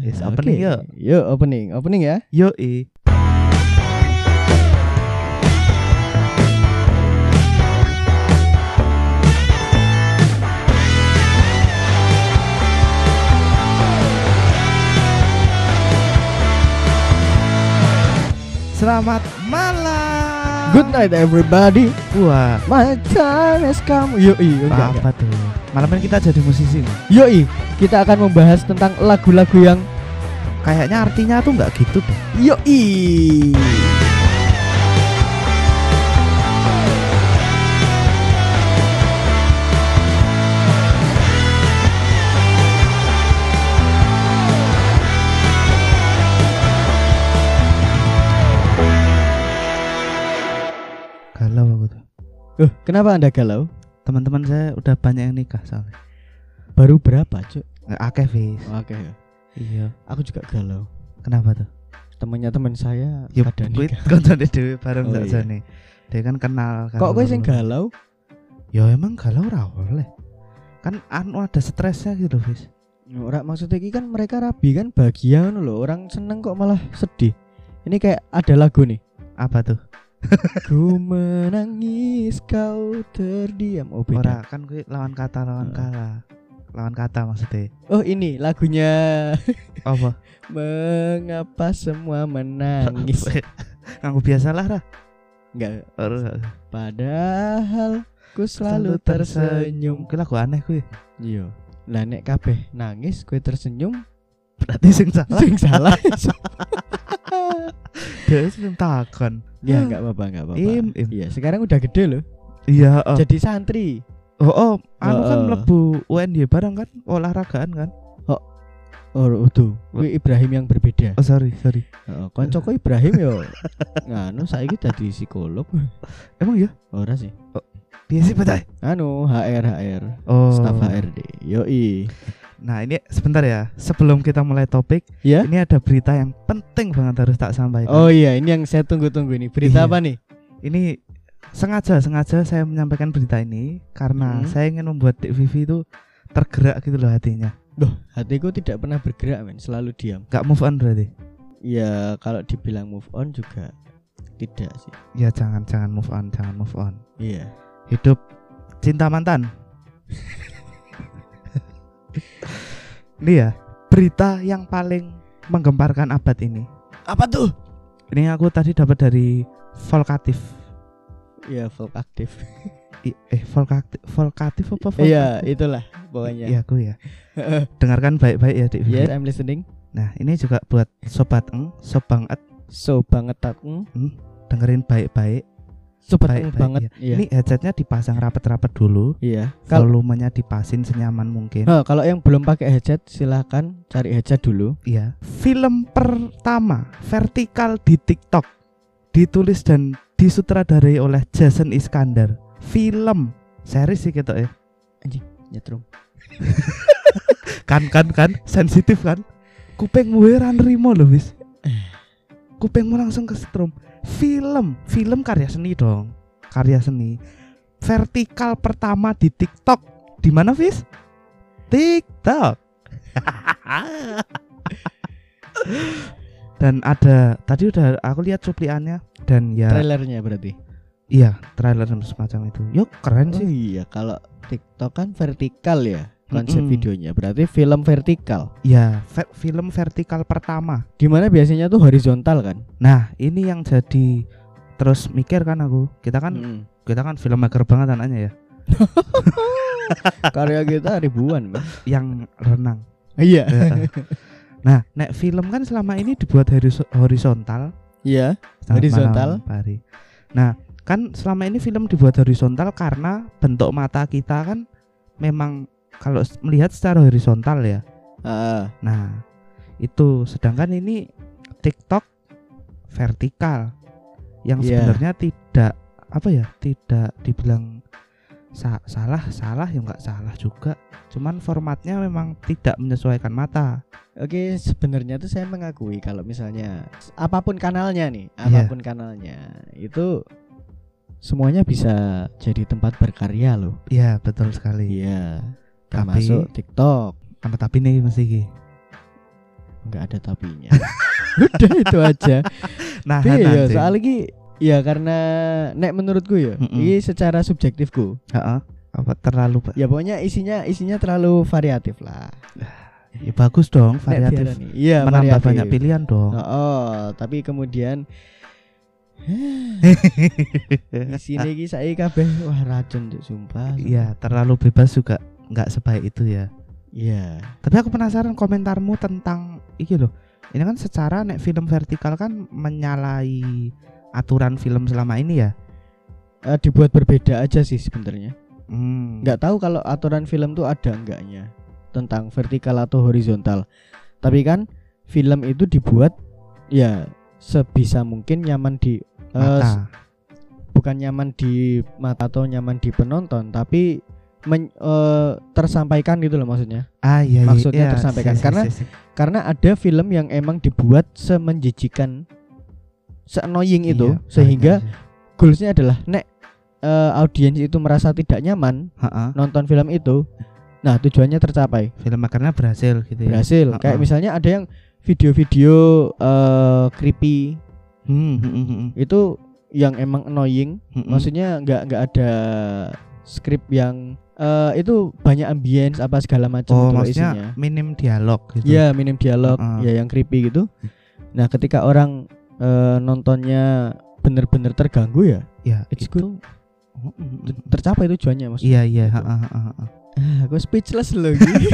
Yes, opening yuk. Ah, Oke. Yuk opening, opening ya. Yo i. Selamat malam. Good night everybody. Wah, My time has come. Yoi, enggak, enggak. apa tuh? Malam ini kita jadi musisi. nih. Yoi, kita akan membahas tentang lagu-lagu yang Kayaknya artinya tuh nggak gitu deh. yoi. Galau aku tuh. Loh, kenapa Anda galau? Teman-teman saya udah banyak yang nikah soalnya. Baru berapa, Cuk? Nggak akeh, Fis. Oke. ya. Iya. Aku juga galau. Kenapa tuh? Temennya teman saya Ya pada kuwi nikah. koncone dhewe bareng Oh, sak iya. jane. Dia kan kenal kan. Kok gue sing galau? Ya emang galau ora oleh. Kan anu ada stresnya gitu, Fis. Ora maksudnya iki kan mereka rabi kan bahagia ngono lho. Orang seneng kok malah sedih. Ini kayak ada lagu nih. Apa tuh? Ku menangis kau terdiam. Oh, beda. Ora kan kuwi lawan kata lawan Heeh. kala. Lawan kata maksudnya. Oh ini lagunya Apa? Mengapa semua menangis Aku biasalah lah. Enggak Ora. Padahal ku selalu tersenyum Kuwi lagu aneh kuwi. Iya Lah nek kabeh nangis kue tersenyum Berarti sing salah Sing salah dia sing takon. Ya enggak apa-apa enggak apa-apa Im, im. Iya sekarang udah gede loh Iya. oh. Jadi santri Oh, oh, anu kan Heeh. mlebu UNY bareng kan, olahragaan kan. Oh tuh Kue Ibrahim yang berbeda Oh, sorry, sorry. Heeh, Koncoku Ibrahim yo Nganu saiki jadi psikolog Emang ya? Ora sih Dia sih betul. Anu HR HR Oh. Staff HRD Yoi Nah, ini sebentar ya. Sebelum kita mulai topik, Ya ini ada berita yang penting banget harus tak sampaikan. Oh iya, ini yang saya tunggu-tunggu ini. Iya. Berita apa nih? Ini sengaja sengaja saya menyampaikan berita ini karena Mhm. saya ingin membuat Dik Vivi itu tergerak gitu loh hatinya. Duh, hatiku tidak pernah bergerak, men. Selalu diam. Gak move on berarti. Ya, kalau dibilang move on juga tidak sih. Ya jangan jangan move on, jangan move on. Iya. Hidup cinta mantan. ini ya, berita yang paling menggemparkan abad ini. Apa tuh? Ini aku tadi dapat dari Volkatif. Iya, folk aktif. I- eh Volkatif, Volkatif apa? Volkatif? Iya, Iya. itulah pokoknya. Iya, aku ya. Dengarkan baik-baik ya, Dik. Yes, I'm listening. Nah, ini juga buat sobat eng, sobang et, So banget aku. eng, dengerin baik-baik. Sobat Baik, aku baik, banget. Iya. Ini headsetnya dipasang rapet-rapet dulu. Iya. Kalau Volumenya dipasin senyaman mungkin. Nah, kalau yang belum pakai headset silahkan cari headset dulu. Iya. Film pertama vertikal di TikTok ditulis dan disutradarai oleh Jason Iskandar. Film series sih gitu ya. Nyetrum. kan kan kan sensitif kan Eh. kupingmu heran rimo loh wis kupingmu langsung kesetrum film film karya seni dong karya seni vertikal pertama di TikTok di mana wis TikTok dan ada tadi udah aku lihat cupliannya dan Nah. ya Trailernya berarti. iya trailer dan semacam itu yuk keren Oh sih iya, kalau TikTok kan vertikal ya konsep Mm-mm. videonya. Berarti film vertikal. ya ve- film vertikal pertama Dimana biasanya tuh horizontal kan? Nah, ini yang jadi terus mikir kan aku. Kita kan Mm. kita kan filmmaker banget anaknya ya. Karya kita ribuan, Mas. Yang renang. Iya. Heeh. nah, nek film kan selama ini dibuat horis- horizontal. Iya. Selamat Horizontal. malam, Pak Ari. Nah, kan selama ini film dibuat horizontal karena bentuk mata kita kan memang kalau s- melihat secara horizontal ya. Heeh. Nah, itu sedangkan ini TikTok vertikal yang Iya. sebenarnya tidak apa ya, tidak dibilang sa- salah, salah ya nggak salah juga. Cuman formatnya memang tidak menyesuaikan mata. Oke, sebenarnya tuh saya mengakui kalau misalnya apapun kanalnya nih, apapun kanalnya itu semuanya bisa jadi tempat berkarya loh. Iya, betul sekali. Iya. Tapi- Termasuk TikTok. Tapi tapi nih mesti iki. nggak ada tapinya udah itu aja Nah, Piye ya soal iki ya karena nek menurutku ya Mm-mm. ini secara subjektifku apa terlalu ba- ya pokoknya isinya isinya terlalu variatif lah ya bagus dong Nek variatif. diarani. iya Menambah variatif. banyak pilihan dong. oh, oh, tapi kemudian di sini iki saya kabeh wah racun Cuk, sumpah Iya, terlalu bebas juga nggak sebaik itu ya. iya Tapi aku penasaran komentarmu tentang iki loh. Ini kan secara nek film vertikal kan menyalahi aturan film selama ini ya. Eh, dibuat berbeda aja sih sebenarnya Hmm. nggak tahu kalau aturan film tuh ada enggaknya tentang vertikal atau horizontal tapi kan film itu dibuat ya sebisa mungkin nyaman di eh, s- mata. bukan nyaman di mata atau nyaman di penonton tapi men- eh, tersampaikan gitu loh maksudnya ah iya, iya, maksudnya iya, sih, tersampaikan. sih, Karena- sih, sih. karena ada film yang emang dibuat semenjijikan se-annoying itu Iya, sehingga banyak sih. goalsnya adalah nek eh, audiens itu merasa tidak nyaman Ha-ha, nonton film itu nah tujuannya tercapai film makarnya berhasil gitu ya. berhasil Heeh. kayak misalnya ada yang video-video eh, creepy Hmm, hmm, hmm, hmm, itu yang emang annoying hmm, hmm. maksudnya nggak nggak ada skrip yang eh, itu banyak ambience apa segala macam oh, itu loh maksudnya isinya minim dialog gitu. ya minim dialog Heeh. ya yang creepy gitu nah ketika orang eh, nontonnya bener-bener terganggu ya Ya, it's itu. good Hmm, hmm, hmm, hmm. tercapai tujuannya Iya, maksudnya iya, Gitu. ha-ha, ha-ha, ha. ah, aku speechless loh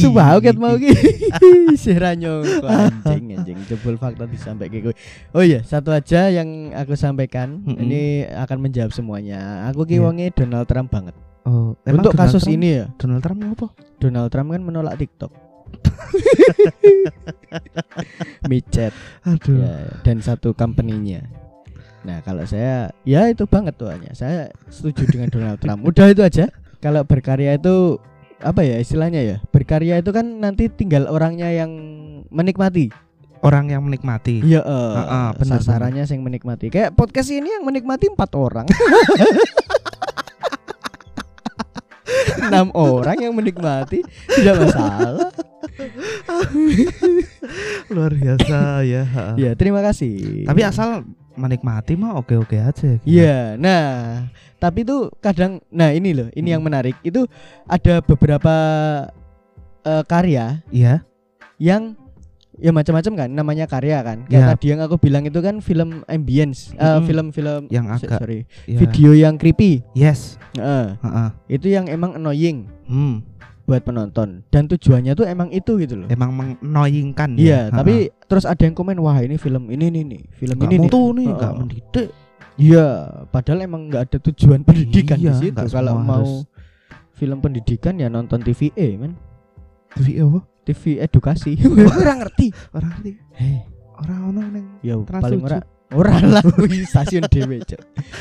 Sumpah aku ket mau Iya. gitu. ki. Sira nyongko anjing anjing jebol fakta disampaikan ke kowe. Oh iya, satu aja yang aku sampaikan. Mm-mm. Ini akan menjawab semuanya. Aku ki Iya. wonge Donald Trump banget. Oh, emang Untuk Donald kasus Trump- ini ya, Donald Trump apa? Donald Trump kan menolak TikTok. Micet Aduh. ya, dan satu company-nya. Nah, kalau saya ya itu banget tuanya. Saya setuju dengan Donald Trump. Udah itu aja. Kalau berkarya itu apa ya istilahnya ya? Berkarya itu kan nanti tinggal orangnya yang menikmati. Orang yang menikmati. Iya, Ah, ah, benar, sasarannya yang menikmati. Kayak podcast ini yang menikmati empat orang. enam orang yang menikmati tidak masalah Luar biasa ya. ha-ha. ya terima kasih Tapi asal menikmati mah oke-oke aja. gitu. Iya, nah, tapi itu kadang, nah ini loh, ini Hmm. yang menarik itu ada beberapa eh, karya Iya. yang ya macam-macam kan, namanya karya kan. Kayak Ya. tadi yang aku bilang itu kan film ambience, eh, Mm-mm. film-film Yang so- agak sorry, ya. video yang creepy, Yes. Heeh, Ha-ha. itu yang emang annoying Hmm. buat penonton dan tujuannya tuh emang itu gitu loh. Emang mengenoyingkan Iya, ya. Ha-ha. tapi terus ada yang komen, wah ini film ini nih nih, film Nggak ini nih. mutu nih, Heeh. nggak mendidik. Iya, padahal emang nggak ada tujuan pendidikan Iya, di situ. nggak Kalau semua mau harus. film pendidikan ya nonton TVE, men. Tapi E apa? TV edukasi. Kurang ngerti. Orang ngerti. Heh, Orang ono neng. ya Trans paling tujuh. ora ora lah kuwi stasiun dhewe, Cok.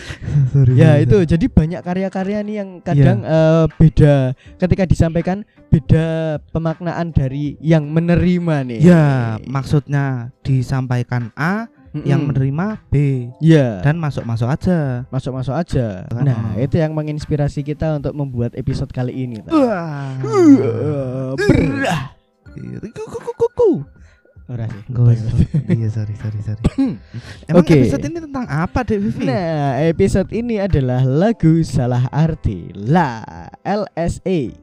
Sorry, Ya sorry, itu. sorry. Jadi banyak karya-karya nih yang kadang Iya. eh, beda ketika disampaikan beda pemaknaan dari yang menerima nih. Ya, maksudnya disampaikan A, Mm-mm. yang menerima B Ya. dan masuk-masuk aja. Masuk-masuk aja. Ah. Nah, itu yang menginspirasi kita untuk membuat episode kali ini. Tan. Wah. Uh, berah. Kukukukuku. Ora sih. Nggak usah. Iya, sorry, sorry, sorry. Emang Oke. episode ini tentang apa, Dek Vivi? Nah, episode ini adalah lagu salah arti La LSA.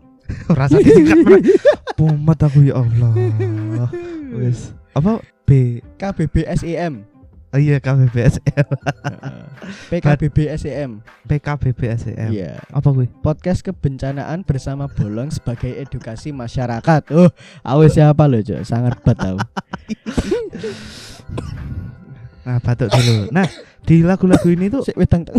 Rasa disingkat pernah. Pumat aku ya Allah. Wes. Apa B? KBBSEM. Oh, iya KBBSM, PKBBSEM. PKBBSM. Iya. Apa gue? Podcast kebencanaan bersama Bolong sebagai edukasi masyarakat. Oh, awes siapa loh, Cok? Sangat bet tau. Nah, batuk dulu. Nah, di lagu-lagu ini tuh Sik wedang tak.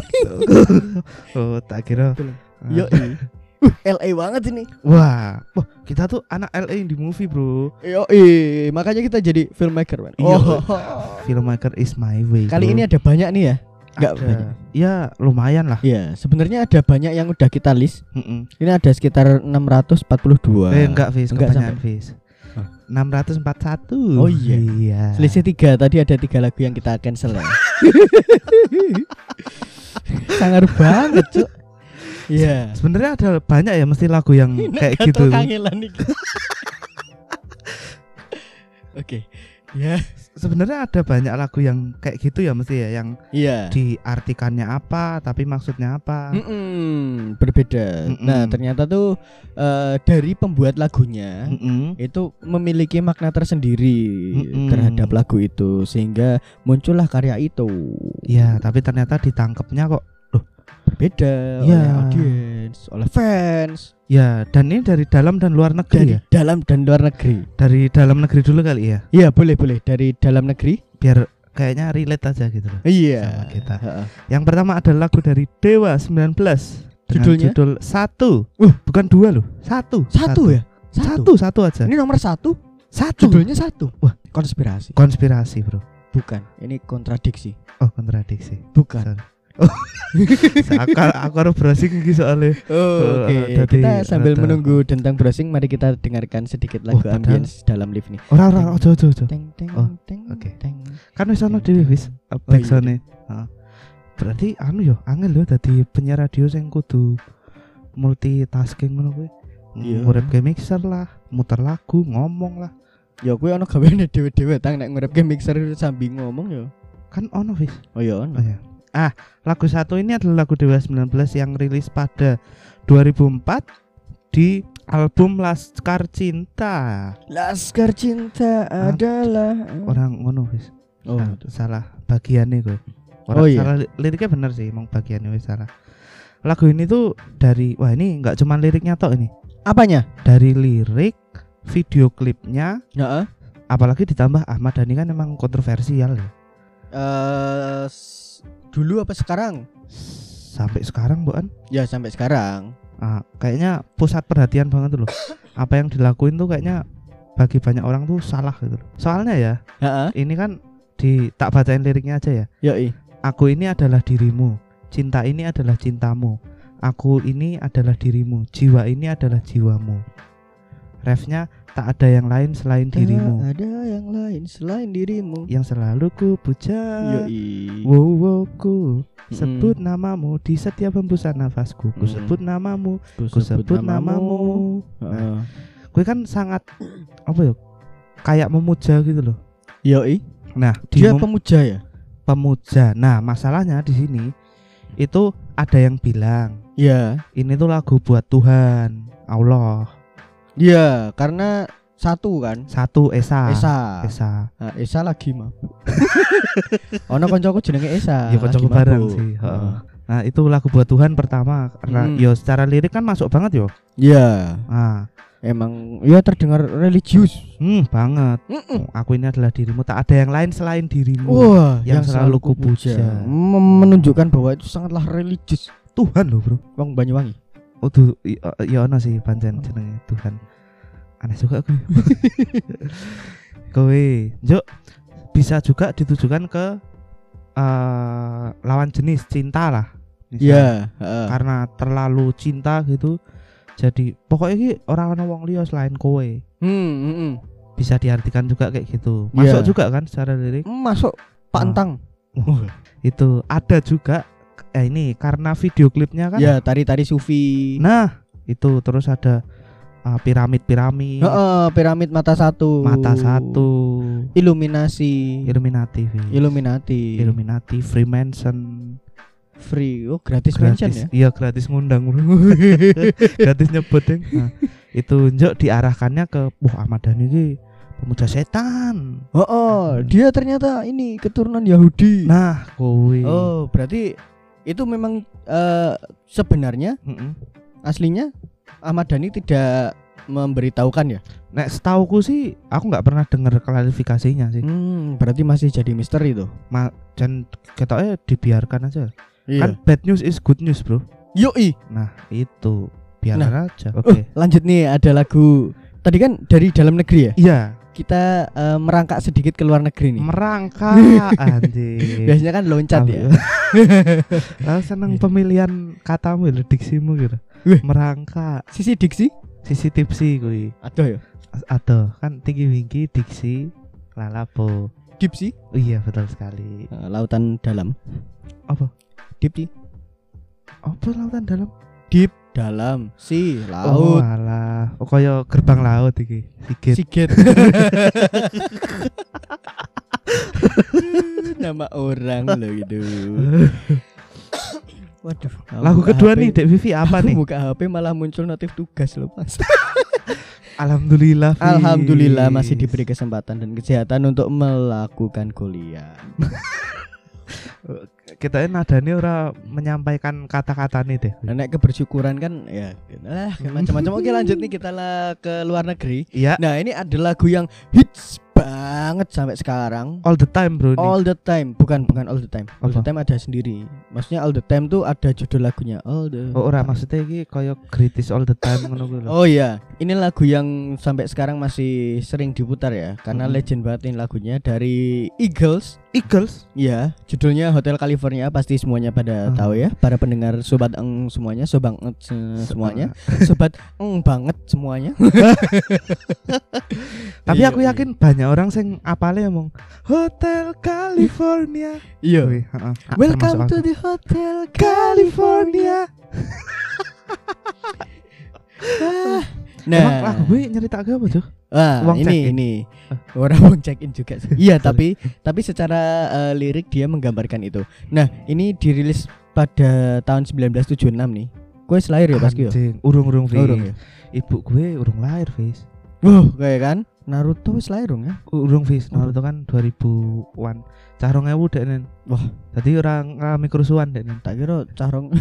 oh, tak kira. Belum. Ah. Yo. i. Uh, LA banget ini. Wah, wah, kita tuh anak LA yang di movie, Bro. Yo, i. makanya kita jadi filmmaker, Oh, man. Iya. Filmmaker is my way. Kali bro. ini ada banyak nih ya. Enggak Ada. Gitu. banyak. Ya, lumayan lah. Iya, sebenarnya ada banyak yang udah kita list. Mm-mm. Ini ada sekitar 642. Eh, enggak, Fis, Enggak kebanyakan, Fis. 641. Oh, iya. Iya. Selisih tiga tadi ada tiga lagu yang kita cancel ya. Sangar banget cuk. Iya. Sebenarnya ada banyak Hmm, gitu. ya mesti lagu yang kayak gitu. Kangelan iki. Oke. Ya. Sebenarnya ada banyak lagu yang kayak gitu ya mesti ya yang Iya. diartikannya apa tapi maksudnya Hmm. apa. Mm-mm, berbeda. Mm-mm. Nah, ternyata tuh eh, dari pembuat lagunya Mm-mm. itu memiliki makna tersendiri Mm-mm. terhadap lagu itu sehingga muncullah karya itu. Iya, Ya. tapi ternyata ditangkapnya kok. Iya. Berbeda oleh audiens, oleh fans Ya, dan ini dari dalam dan luar negeri dari ya. dalam dan luar negeri. Dari dalam negeri dulu kali ya, Iya, boleh boleh dari dalam negeri. biar kayaknya relate aja gitu loh. Sama Iya. kita. Heeh. Yang pertama ada lagu dari Dewa 19 dengan Judulnya? judul satu, Wah. bukan dua loh, satu, Satu, ya? satu, satu aja, Ini nomor satu, satu. judulnya satu. Wah, konspirasi. Konspirasi bro, Bukan, ini kontradiksi. oh kontradiksi. Bukan. Sorry. Oh, aku, aku harus browsing lagi soalnya. Oh, oke. Eh, jadi, kita sambil ada- menunggu tentang browsing, mari kita dengarkan sedikit lagu padahal- ambience dalam live nih. Orang orang ojo ojo ojo. Teng teng Oh, teng oke. teng. Kan wis ana dhewe wis iya, backsone. Heeh. Berarti anu yo angel yo dadi penyiar radio sing kudu multitasking ngono kuwi. Iya. Ngurip ke mixer lah, muter lagu, ngomong lah. Ya kuwi ono gaweane dhewe-dhewe tang nek nguripke mixer sambil ngomong ya. Kan ono wis. Oh ya Oh, ono. ya. Ah, lagu satu ini adalah lagu Dewa 19 yang rilis pada 2004 di album Laskar Cinta. Laskar cinta adalah Orang ngono wis. Oh, Ah, salah bagiannya gue. Orang Oh, iya. salah li- liriknya bener sih, emang bagiannya wis salah. Lagu ini tuh dari wah ini nggak cuma liriknya tok ini. apanya? Dari lirik, video klipnya, Heeh. apalagi ditambah Ahmad Dhani kan emang kontroversial ya. Eh s- dulu apa sekarang? Sampai sekarang bukan Ya sampai sekarang. kayaknya pusat perhatian banget tuh loh. Apa yang dilakuin tuh kayaknya bagi banyak orang tuh salah gitu. loh. Soalnya ya, Heeh. ini kan di tak bacain liriknya aja ya. Yoi. Aku ini adalah dirimu, cinta ini adalah cintamu. Aku ini adalah dirimu, jiwa ini adalah jiwamu. Refnya tak ada yang lain selain dirimu Tak Ada yang lain selain dirimu. yang selalu ku puja. eh. Yoi. Wow, wow, ku Ya, Mm-mm. sebut namamu di setiap hembusan nafasku. Ku Mm. sebut namamu, ku sebut namamu. Heeh. Gue kan sangat apa ya? Kayak memuja gitu loh. Yoi. Nah, di Ya, Dia mem- pemuja ya? pemuja. Nah, masalahnya di sini itu ada yang bilang Iya. ini tuh lagu buat Tuhan Allah Iya, karena satu kan. satu Esa Esa. Esa Nah, Esa lagi mabuk. ono koncoku jenenge Esa. ya kocok Ah, lagi bareng mabuk. Ah. sih heeh. Heeh. nah itu lagu buat Tuhan pertama karena Hmm. yo secara lirik kan masuk banget yo Iya, ah emang ya terdengar religius. hmm banget Mm-mm. aku ini adalah dirimu tak ada yang lain selain dirimu Wah, Hmm, yang selalu kupuja. Mem- menunjukkan bahwa itu sangatlah religius. Tuhan loh bro Wong Banyuwangi. oh tuh ya ono sih pancen jenenge Tuhan aneh juga aku kowe Juk, bisa juga ditujukan ke eh, lawan jenis cinta lah Misalnya Iya, heeh. karena terlalu cinta gitu jadi pokoknya ini orang ana wong liya selain kowe Hmm, hmm, hmm. bisa diartikan juga kayak gitu masuk Iya. juga kan secara lirik Masuk pantang. itu ada juga eh ini karena video klipnya kan Ya, tari-tari sufi. nah itu terus ada uh, piramid-piramid Heeh, piramid mata satu. mata satu Iluminasi. Illuminati Fi. Iya. Illuminati. Illuminati Freemason Free. Oh, gratis, mention ya. iya gratis ngundang bro gratis nyebut Deng. nah, itu njok diarahkannya ke wah Ahmad Dhani ini pemuda setan Oh, oh, dia ternyata ini keturunan Yahudi. Hmm. Nah, kowe. oh, berarti itu memang eh, sebenarnya Mm-mm. aslinya Ahmad Dhani tidak memberitahukan ya. Nek setauku sih, aku nggak pernah dengar klarifikasinya sih. Hmm, berarti masih jadi misteri tuh. Dan ketoknya dibiarkan aja. Kan Iya. bad news is good news, Bro. Yoi. Nah, itu biarkan aja. Oke. Oh, lanjut nih ada lagu tadi kan dari dalam negeri ya. Iya, Kita eh, merangkak sedikit ke luar negeri nih. merangkak anjing. Biasanya kan loncat ya. Iya. Aku seneng pemilihan katamu lho diksimu gitu. Wih. Merangkak. Sisi diksi? Sisi tipsi kuwi. Ada ya. As- Aduh, kan tinggi winggi diksi lalapo. Dipsi? Oh, iya, betul sekali. Eh, lautan dalam. Apa? Dipsi. Apa lautan dalam? Deep dalam si Oh, laut alah. Oh, kaya gerbang laut iki. Sigit. sigit nama orang lo gitu waduh Lagu buka kedua HP. nih, Dek Vivi apa Aku nih? buka HP malah muncul notif tugas loh mas Alhamdulillah. Fis. Alhamdulillah masih diberi kesempatan dan kesehatan untuk melakukan kuliah Kita ini nadane ora menyampaikan kata-kata nih deh. Nah, Nek kebersyukuran kan ya lah macam-macam. Oke lanjut nih kita lah ke luar negeri. Iya, Nah ini ada lagu yang hits banget sampai sekarang. all the time bro. nih. All the time bukan bukan all the time. All the Apa? time ada sendiri. Maksudnya all the time tuh ada judul lagunya all the. Oh, ora maksudnya iki kaya kritis all the time ngono kuwi lho. Oh iya, ini lagu yang sampai sekarang masih sering diputar ya, karena Mm-mm. legend banget ini lagunya dari Eagles. Eagles. Ya, judulnya Hotel California pasti semuanya Ah. pada tahu ya, para pendengar sobat eng semuanya, sobang eng se- semuanya, sobat eng banget semuanya. Tapi Iya, aku iya. yakin banyak orang sing apale ngomong Hotel California. Iya. Kuwi, heeh. Ah, Welcome termasuk to aku. the Hotel California. California. Ah. Emang Nah, lagu gue nyerita apa tuh? ah, uang ini check-in. ini orang uang check in juga sih. Iya, Sorry. tapi tapi secara eh, lirik dia menggambarkan itu. Nah, ini dirilis pada tahun 1976 nih. Gue lahir ya pas gue. Anjing, urung-urung Fis. Urung ya. Ibu gue urung lahir, Fis. Wah, kayak kan Naruto wis lahir dong ya. Urung Fis, Naruto kan 2000-an. Cah 2000 dek nen. Wah. Tadi orang ngalami kerusuhan dek nen. Tak kira carong.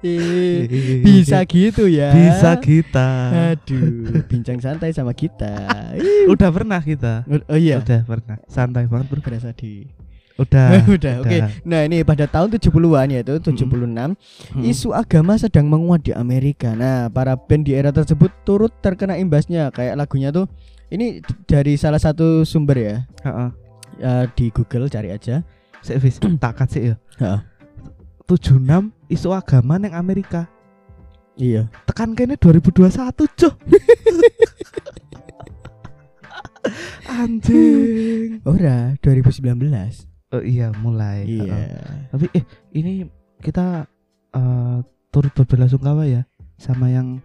Iya, Bisa Nah. gitu ya. Bisa kita. Aduh, bincang santai sama kita. Udah pernah kita. oh iya. Udah pernah. Santai banget, Bro. Berasa di. Udah. udah, oke. Nah, ini pada tahun 70-an yaitu 76, Mm. isu agama sedang menguat di Amerika. Nah, para band di era tersebut turut terkena imbasnya. Kayak lagunya tuh ini d- dari salah satu sumber ya. Heeh. Eh, di Google cari aja. Sik Fis, tak kat sik ya. Heeh. 76 isu agama neng Amerika. Iya. Tekan kene 2021, Cuk. Anjing. Ora 2019. Oh iya, mulai. Heeh. Iya. Tapi eh ini kita eh, turut berbelasungkawa ya sama yang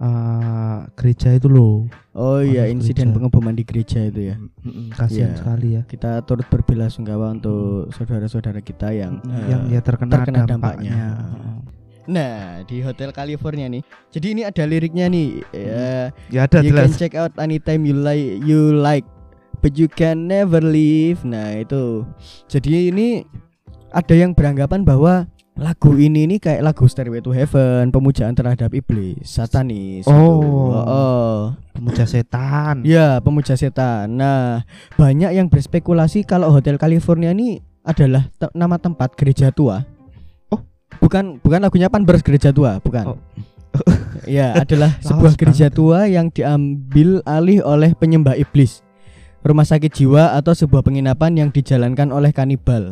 eh, gereja itu loh. Oh iya, Masuk insiden gereja. pengeboman di gereja itu ya. Mm-mm, Kasihan Iya. sekali ya. Kita turut berbelasungkawa untuk saudara-saudara kita yang Mm, eh, yang ya terkena, terkena dampaknya. dampaknya. Nah, di Hotel California nih. Jadi ini ada liriknya nih. eh, Ya ada you jelas. can check out anytime you like you like, but you can never leave. Nah, itu. Jadi ini ada yang beranggapan bahwa lagu ini nih kayak lagu Stairway to Heaven, pemujaan terhadap iblis, satanis. gitu. Oh. Oh. Pemuja setan. Ya, pemuja setan. Nah, banyak yang berspekulasi kalau Hotel California ini adalah te- nama tempat gereja tua. Oh. bukan bukan lagunya Panbers Gereja Tua, bukan. Oh. ya, adalah sebuah Lawas gereja tua yang diambil alih oleh penyembah iblis. Rumah sakit jiwa atau sebuah penginapan yang dijalankan oleh kanibal.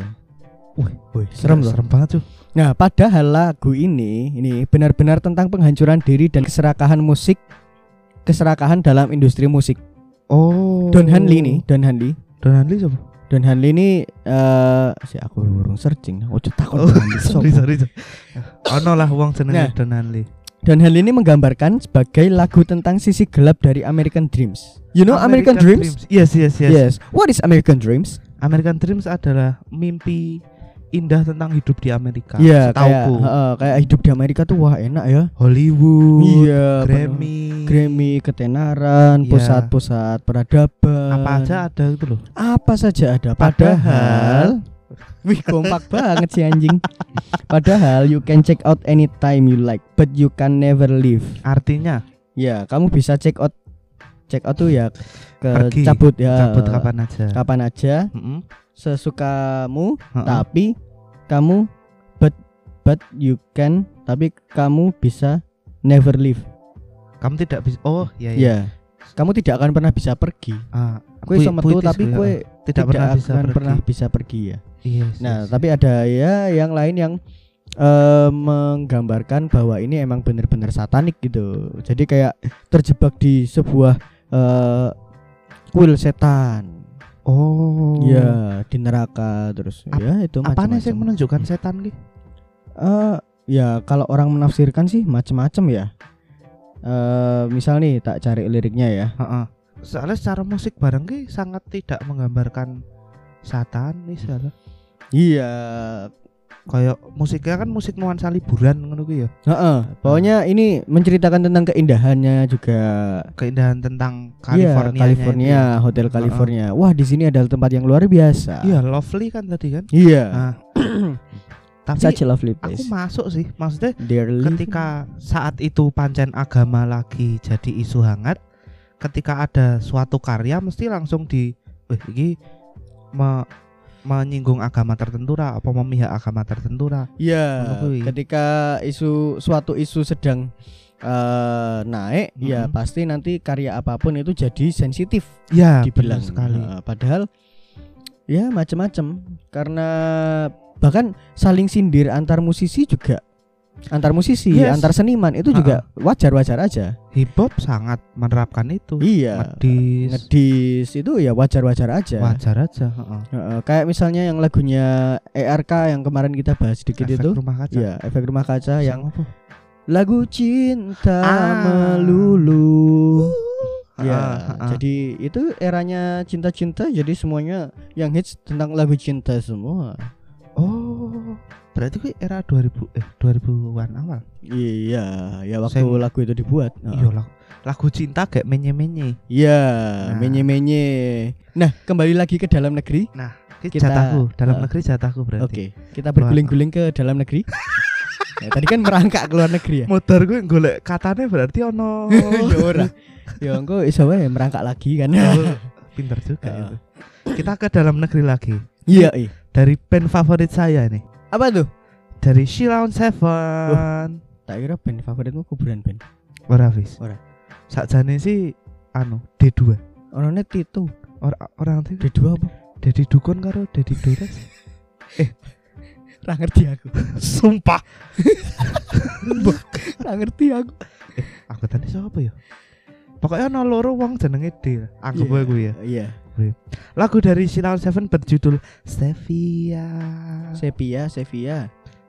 Wih, wih, serem loh. Serem banget, Cuk. Nah, padahal lagu ini ini benar-benar tentang penghancuran diri dan keserakahan musik keserakahan dalam industri musik. Oh. Don Henley nih, Don Henley. Don Henley siapa? Don Henley ini eh si aku urung searching ojo takon Don Henley sorry, sopo. sorry, sorry. Ono lah wong jenenge Nah. Don Henley. Don Henley ini menggambarkan sebagai lagu tentang sisi gelap dari American Dreams you know American, Dreams, Yes, yes, yes, yes what is American Dreams American Dreams adalah mimpi indah tentang hidup di Amerika. Iya kayak setauku. heeh, kayak hidup di Amerika tuh wah enak ya Hollywood, iya penuh- Grammy, Grammy ketenaran Iya. pusat-pusat peradaban apa aja ada itu loh. apa saja ada Padahal- padahal wih kompak banget sih anjing padahal you can check out anytime you like but you can never leave Artinya Ya, kamu bisa check out check out tuh ya ke Pergi, cabut ya. cabut kapan aja. kapan aja Mm-mm. sesukamu, Heeh. tapi kamu but but you can tapi kamu bisa never leave. Kamu tidak bisa. Oh, iya Ya. iya. Kamu tidak akan pernah bisa pergi. Ah, Kue pui- sama tuh puitis tapi gue, kue ah. tidak, pernah bisa akan pergi. Iya, pernah bisa pergi ya. Yes, Nah, yes. tapi ada ya yang lain yang eh, menggambarkan bahwa ini emang benar-benar satanik gitu. Jadi kayak terjebak di sebuah eh kuil setan. oh. Ya, di neraka terus. Ap- ya, itu Apanya sih yang macam-macam. Hmm. menunjukkan setan ki? Eh, ya kalau orang menafsirkan sih macem-macem ya. Eh misal nih tak cari liriknya ya. Heeh. Soalnya secara musik bareng ki sangat tidak menggambarkan satanis misalnya. Iya. Kayak musiknya kan musik nuansa liburan ngono kuwi ya. Heeh. Pokoknya ini menceritakan tentang keindahannya juga. Keindahan tentang ya. Iya, California. California, Hotel California. Wah, di sini ada tempat yang luar biasa. Iya, lovely kan tadi kan. Iya. Nah, tapi Such a lovely aku place. masuk sih. Maksudnya Dearly. ketika saat itu pancen agama lagi jadi isu hangat ketika ada suatu karya mesti langsung di weh ini me- menyinggung agama tertentu ra apa memihak agama tertentu ra Iya, Ngono kuwi. ketika isu suatu isu sedang eh, naik, ya Mm-mm. pasti nanti karya apapun itu jadi sensitif ya dibilang benar sekali Eh, padahal ya macam-macam karena bahkan saling sindir antar musisi juga antar musisi, Yes. antar seniman itu juga wajar-wajar aja. hip hop sangat menerapkan itu Iya. medis Ngedis itu ya wajar-wajar aja. wajar aja heeh. Heeh, kayak misalnya yang lagunya ERK yang kemarin kita bahas sedikit Efek itu. rumah kaca Ya, efek rumah kaca yang apa lagu cinta Ah. melulu. Ah, Ya, ah, ah. jadi itu eranya cinta-cinta jadi semuanya yang hits tentang lagu cinta semua. oh berarti kuwi era 2000 eh 2000-an awal Iya, ya waktu Same. lagu itu dibuat. iya Heeh. lagu, lagu cinta gak menye-menye Iya, Nah. menye-menye. Nah, kembali lagi ke dalam negeri. Ki Kita- jatahku dalam Heeh. negeri jatahku berarti Oke, kita berguling-guling ke dalam negeri. Ya, tadi kan merangkak ke luar negeri ya. motor gue golek katanya berarti ono ya ora. Ya engko iso wae merangkak lagi kan. Oh, pinter juga Ah. itu kita ke dalam negeri lagi Iya, iya. dari band favorit saya nih Apa tuh? dari Shiloh Seven Tak kira band favoritmu kuburan band. ora wis Ora. sakjane sih anu D2 Orangnya Tito. Ora orang tuh D2 apa? Dedi Dukun karo Dedi Dores Ra ngerti aku. sumpah Ra ngerti aku. aku tadi siapa ya pokoknya ono loro wong jenenge D lah. anggap Iya. gue gue ya Iya. lagu dari Shiloh Seven berjudul Sevia Sevilla, Sevilla.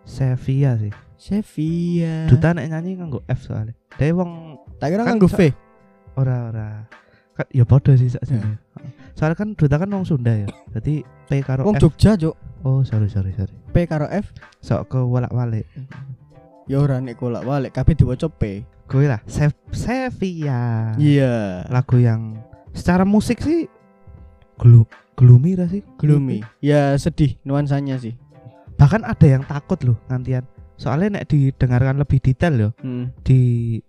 Sevia sih Sevilla. Duta nek nyanyi nganggo F soalnya. Dhewe wong Tak kira Kan nganggo sa- V. ora ora. Kan ya padha sih Iya. sakjane. Soalnya kan Duta kan wong Sunda ya. Jadi P karo Wong F. Jogja, Cuk. Oh, sorry sorry sorry. P karo F. Sok ke walak-walik. Ya ora nek kolak walik kabeh diwaca P. Kowe lah Sev Sevia. Iya. Lagu yang secara musik sih glu gloomy ra sih? Gloomy. Ya sedih nuansanya sih. Bahkan ada yang takut loh ngantian. Soalnya nek didengarkan lebih detail ya Hmm. di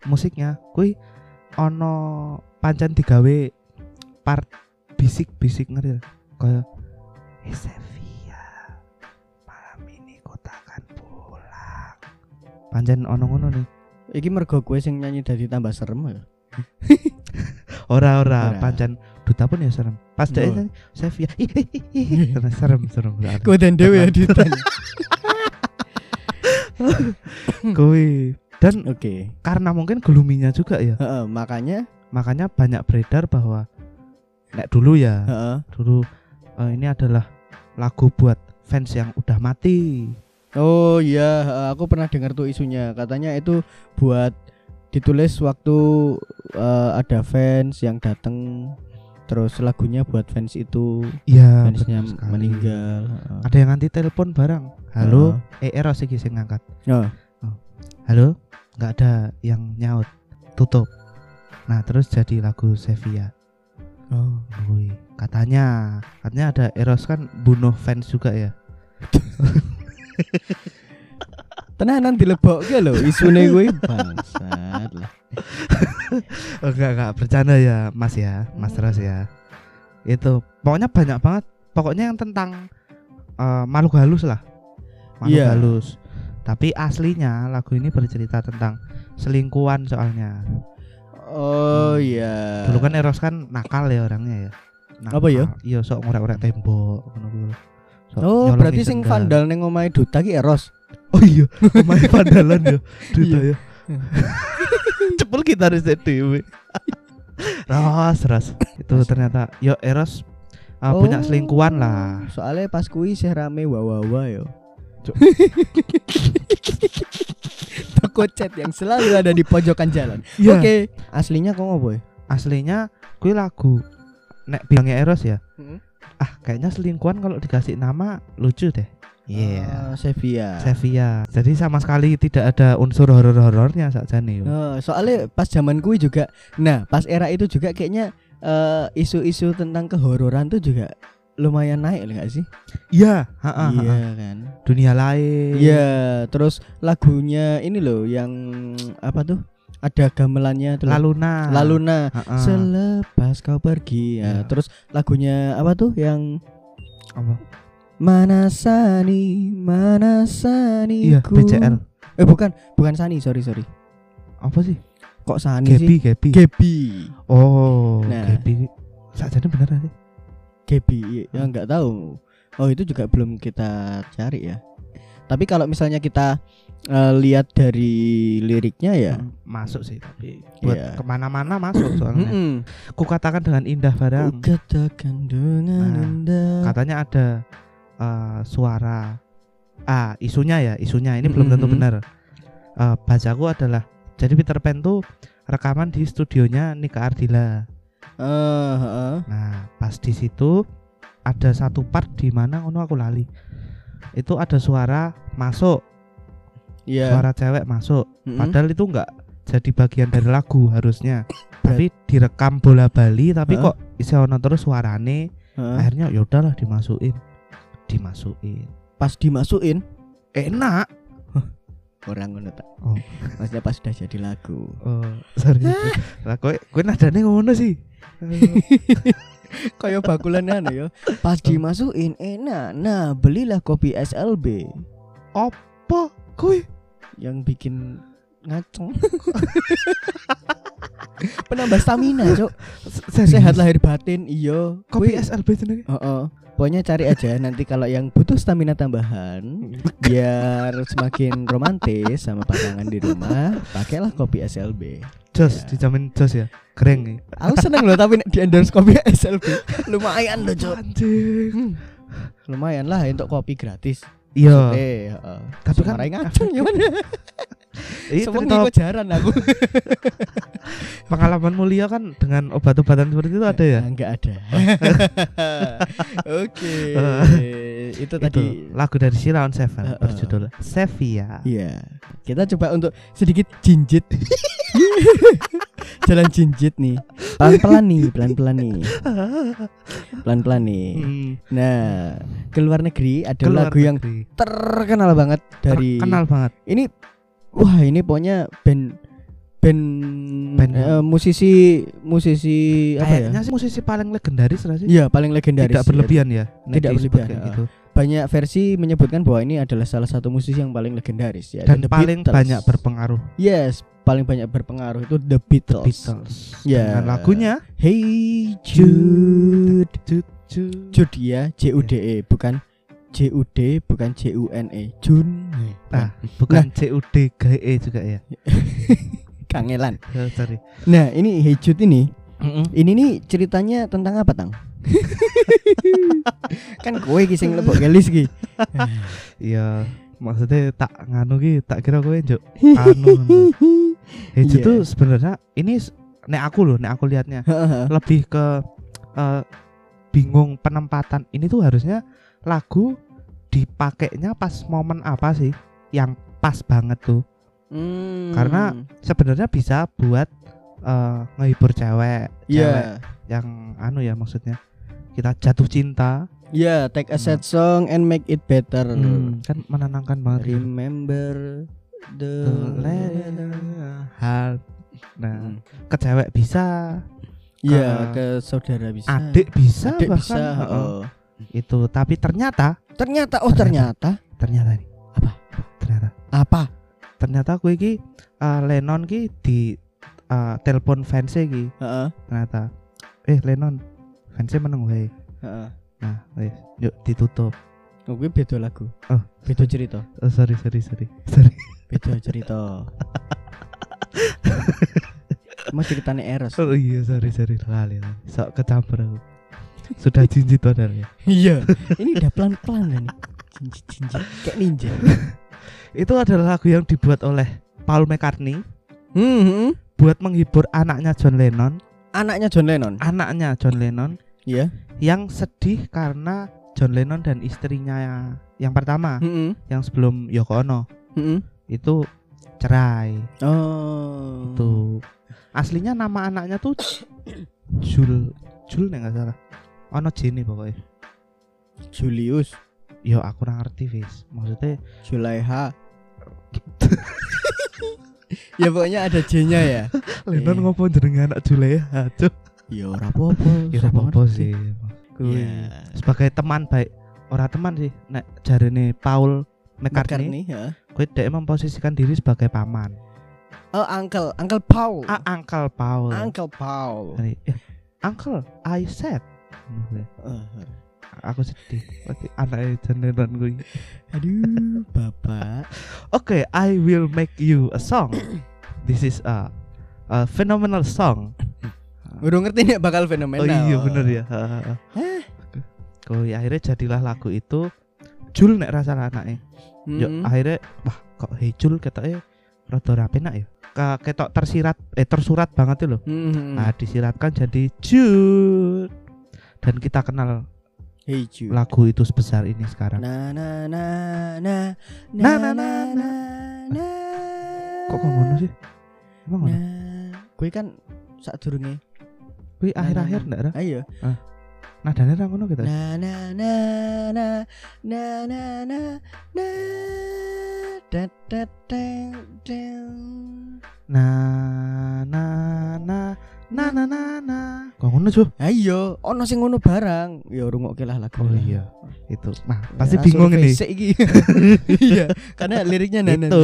musiknya kui ono pancen digawe part bisik-bisik ngeri lah. kaya "Eh, Sevilla malam ini kota akan pulang pancen ono ngono nih Iki mergo gue sing nyanyi dadi tambah serem ya. ora ora Ora. pancen duta pun ya serem pas dia Betul. nyanyi, Sevilla karena serem serem banget. Gue dan dewe ya, ditan. kui dan Oke. karena mungkin geluminya juga ya Heeh, makanya makanya banyak beredar bahwa nek dulu ya heeh. dulu eh, ini adalah lagu buat fans yang udah mati Oh iya, heeh, aku pernah dengar tuh isunya. Katanya itu buat ditulis waktu eh, ada fans yang datang terus lagunya buat fans itu ya Iya, fansnya betul sekali. meninggal. heeh. ada yang nganti telepon barang halo eh Eros iki sing ngangkat Heeh. Oh, halo nggak ada yang nyaut tutup nah terus jadi lagu Sevilla oh wui. katanya katanya ada Eros kan bunuh fans juga ya tenanan dilebokke ya lho isune kuwi bangsat lah. enggak enggak bercanda ya Mas ya Mas Hmm. Eros ya itu pokoknya banyak banget pokoknya yang tentang eh, makhluk halus lah makhluk Iya. halus tapi aslinya lagu ini bercerita tentang selingkuhan soalnya Oh iya. dulu kan Eros kan nakal ya orangnya ya Apa ya? iya sok ngorek-ngorek tembok ngono kuwi lho. Sok Oh, nyolongi berarti sing sendal. vandal ning omahe Duta ki Eros. oh iya pemain vandalan ya Duta Iya. ya cepul gitaris dewe Ros, Ros itu ternyata yo Eros uh, punya Oh, selingkuhan lah Soalnya pas kuwi sih rame wawawa yo. kocet yang selalu ada di pojokan jalan. Iya. Oke, aslinya kok ya? boy? Aslinya kui lagu nek bilangnya Eros ya. Hmm. Ah, kayaknya selingkuhan kalau dikasih nama lucu deh. Iya. Ah, Sevilla. Sevilla. Jadi sama sekali tidak ada unsur horor-horornya saja nih. Oh, soalnya pas zaman kui juga. Nah, pas era itu juga kayaknya eh, isu-isu tentang kehororan tuh juga lumayan naik enggak sih? Iya, ha-ha, ha-ha. Iya kan. Dunia lain. Iya, terus lagunya ini loh yang apa tuh? Ada gamelannya tuh. loh. Laluna. Laluna. Ha-ha. Selepas kau pergi. Ya, Iya. terus lagunya apa tuh yang Apa? Mana Sani, Mana Sani Iya, BCL. Eh bukan, bukan Sani, sorry sorry. Apa sih? Kok Sani sih? Gebi, Gebi. Gebi. Oh, Nah. Gebi. Sajane bener sih. Gebi Hmm. ya nggak tahu oh itu juga belum kita cari ya tapi kalau misalnya kita eh, lihat dari liriknya ya Hmm, Masuk sih tapi buat Iya. Hmm. kemana-mana masuk soalnya. mm-mm. Kukatakan dengan indah barang. Ku katakan dengan Nah, indah Katanya ada eh, suara ah isunya ya isunya ini belum tentu Mhm. benar. Eh, bacaku adalah jadi Peter Pan tuh rekaman di studionya Nika Ardila. Eh, heeh. Nah, pas di situ ada satu part di mana ngono aku lali. Itu ada suara masuk, Iya. Hmm. suara cewek masuk. Mm-mm. Padahal itu enggak jadi bagian dari lagu harusnya. tapi direkam bola Bali tapi Heeh. kok iso ono terus suarane. Heeh. Akhirnya ya udahlah dimasukin. Dimasukin. pas dimasukin Enak. orang ngono tak Oh. maksudnya pas sudah jadi lagu Oh, sorry. Lah kowe kowe nadane ngono sih. kayak bakulan anu ya pas dimasukin enak nah belilah kopi SLB Po, kowe yang bikin ngaceng penambah stamina cok sehat lahir batin iyo Kopi Kui- SLB jenenge. Heeh. pokoknya cari aja nanti kalau yang butuh stamina tambahan biar semakin romantis sama pasangan di rumah pakailah kopi SLB Jos, Ya. dijamin jos ya. Keren nih. aku seneng loh tapi di endorse kopi SLB lumayan Eh, loh cok Anjir. Hmm. lumayan lah untuk kopi gratis Iya. eh heeh. Tapi kan- Sumarai ngaceng gimana Ini Semengi cerita kok jaran aku pengalaman mulia kan dengan obat-obatan seperti itu ada ya. Ah, Nggak ada. Oke. Itu Itu tadi. lagu dari Sirawan Seven Heeh. berjudul Sevia. Iya. Kita coba untuk sedikit jinjit. Jalan jinjit nih. Pelan-pelan nih, pelan-pelan nih. Pelan-pelan nih. Hmm, Nah, ke luar negeri ada keluar lagu yang negeri. terkenal banget dari terkenal banget. ini wah ini pokoknya band band, Band. eh, musisi musisi apa ya? Kayaknya sih musisi paling legendaris lah sih. Iya, paling legendaris. Tidak berlebihan ya. Nek Tidak disebut berlebihan, iya. kayak heeh. gitu. banyak versi menyebutkan bahwa ini adalah salah satu musisi yang paling legendaris ya Dan paling banyak berpengaruh yes paling banyak berpengaruh itu The Beatles, Beatles. Ya. Dengan lagunya Hey Jude Jude, Jude. Jude ya J U D E bukan J U D bukan J U N E Jun Nah. Ah, bukan C U D G E juga ya. kangelan Eh, Sorry. nah ini Hey Jude ini Mm-mm. ini nih ceritanya tentang apa tang kan kowe iki sing lebok gelis iki Iya, maksudnya tak nganu ki, tak kira kowe njuk anu. Hiji Iya. tuh sebenarnya ini s- nek aku loh, nek aku lihatnya lebih ke eh, bingung penempatan. Ini tuh harusnya lagu dipakainya pas momen apa sih yang pas banget tuh. Hmm. Karena Sebenarnya bisa buat eh, ngehibur cewek, cewek ya yang anu ya maksudnya kita jatuh cinta ya take a sad song and make it better Hmm, kan menenangkan banget. Remember the Hal. Nah, Hmm. ke cewek bisa, Ya ke saudara bisa. adik bisa Adik bahkan bisa. heeh. oh. itu tapi ternyata Ternyata oh ternyata ternyata nih Apa? ternyata apa? ternyata aku iki eh, Lennon ki di eh, telepon fans iki Heeh. ternyata eh Lennon fansnya meneng wae Heeh. nah wes yuk ditutup Oh, kuwi beda lagu. Oh. beda cerita. oh, sorry sorry sorry sorry Beda cerita. Mau ceritanya Eros. oh iya sorry sorry lali lali. sok kecampur aku sudah jinjit padahal ya Iya. Ini udah pelan-pelan lah nih. Cincit-cincit kayak ninja. itu adalah lagu yang dibuat oleh Paul McCartney Hmm, hmm. buat menghibur anaknya John Lennon, Anaknya John Lennon. anaknya John Lennon Iya. yang sedih karena John Lennon dan istrinya yang pertama Hmm, yang sebelum Yoko Ono hmm, hmm. itu cerai. Oh. Tuh. Hmm. Aslinya nama anaknya tuh Jul Jul nih nggak salah. Ono Jenny pokoknya. Julius, Yo aku kurang ngerti, Fis. Maksudnya Julaiha. ya pokoknya ada J-nya ya. Lennon ngopo jenenge anak Juleha, Cuk. Ya ora apa-apa. Ya sama apa ngerti. sih. Kui. Iya. Sebagai teman baik orang teman sih nek jarene Paul McCartney, McCartney, ya. kowe dhek memposisikan diri sebagai paman. Oh, Uncle, Uncle Paul. Ah, Uncle Paul. Oh. Uncle Paul. Jadi, "Eh, Uncle, I said. Oke. Eh, Aku sedih. Berarti anaknya John Lennon kui. Aduh, bapak. Oke, I will make you a song. This is a, a phenomenal song. Udah ngerti nih bakal fenomenal. Oh iya bener ya. Ha, ha, ha. Hah? Kui akhirnya jadilah lagu itu Jul nek rasa anaknya. Mm-mm. Yo akhirnya wah kok hejul ketoknya ya? rada rapi nak ya. Ka- Ketok tersirat eh tersurat banget loh. Mm-mm. Nah disiratkan jadi Jul. Dan kita kenal Hey Jude. lagu itu sebesar ini sekarang. Na na na na Na, na, na, nah, na. na. nah, Kok kok ngono sih? Emang ngono? Na. Gue nah. kan saat durunge. iya. Kui na, akhir-akhir na. ndak ra? Ayo. Nadane ra ngono kita. Na na na na na na na na nah, da da dang, dang. Na na na na na na na. Kok ngono Ju? Ayo, iya, ono sing ngono barang. Ya rungokke lah lagu. Oh iya. Itu. Nah, Ya, pasti bingung langsung ini. face iki. Iya, karena liriknya nah, nana. Itu.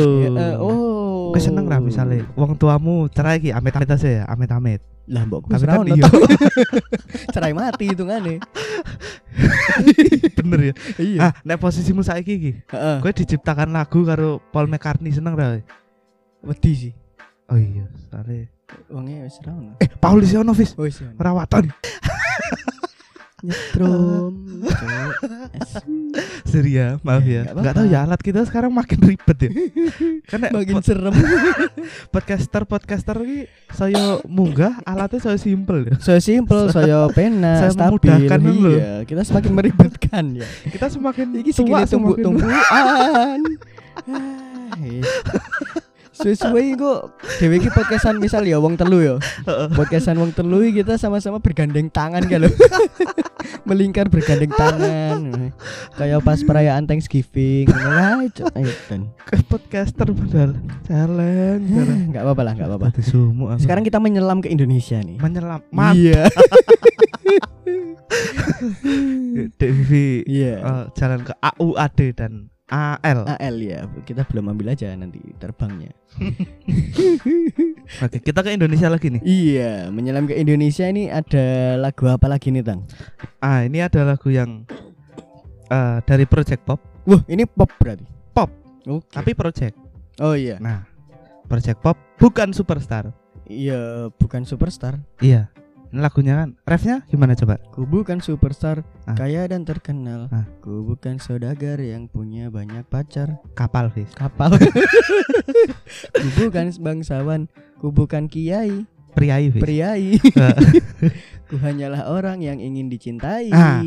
oh. Gue seneng lah misalnya Wong tuamu cerai ki amit-amit aja ya, amit-amit. Lah mbok Tapi tapi kan kan iya. cerai mati hitungane. Bener ya. Iya. Ah, nek posisimu saiki iki, Heeh. kowe diciptakan lagu karo Paul McCartney seneng ra? Wedi sih. Oh iya, sare. Wonge wis ra ono. Eh, Paul isih ono wis Wis ya. ora waton. nyetrum. Seri ya, maaf ya. Nggak Enggak apa-apa. tahu ya alat kita sekarang makin ribet ya. Karena Makin serem. podcaster-podcaster iki saya munggah alatnya saya simple ya. Saya simple, saya pena, Saya stabil. memudahkan dulu. Iya, kita semakin meribetkan ya. Kita semakin Iki tua, segini semakin- tumbuh-tumbuhan. Ah, iya. Suwe-suwe kok dhewe iki podcastan misal ya wong telu ya. Heeh. Podcastan wong telu iki kita sama-sama bergandeng tangan kalau. Melingkar bergandeng tangan. Kayak pas perayaan Thanksgiving. ngono kae, Cuk. Ayo, Ton. ke podcaster padahal jalan jalan Enggak apa-apa lah, enggak apa-apa. Tadi sumu Eh, aku. Sekarang kita menyelam ke Indonesia nih. menyelam mati Iya. Dek Vivi Iya. eh, jalan ke AUAD dan AL AL ya, kita belum ambil aja nanti terbangnya. oke kita ke Indonesia lagi nih Iya, menyelam ke Indonesia ini ada lagu apa lagi nih, Tang? ah ini ada lagu yang eh, dari Project Pop Wah, ini pop berarti. Pop. Oke. tapi Project Oh iya. nah Project Pop bukan superstar Iya, bukan superstar. iya ini lagunya kan refnya gimana coba Ku bukan superstar, Ah. kaya dan terkenal. Ah. Ku bukan saudagar yang punya banyak pacar. kapal Fis Kapal. ku bukan bangsawan, ku bukan kiai, priai Fis priai. Eh, ku hanyalah orang yang ingin dicintai. Ah.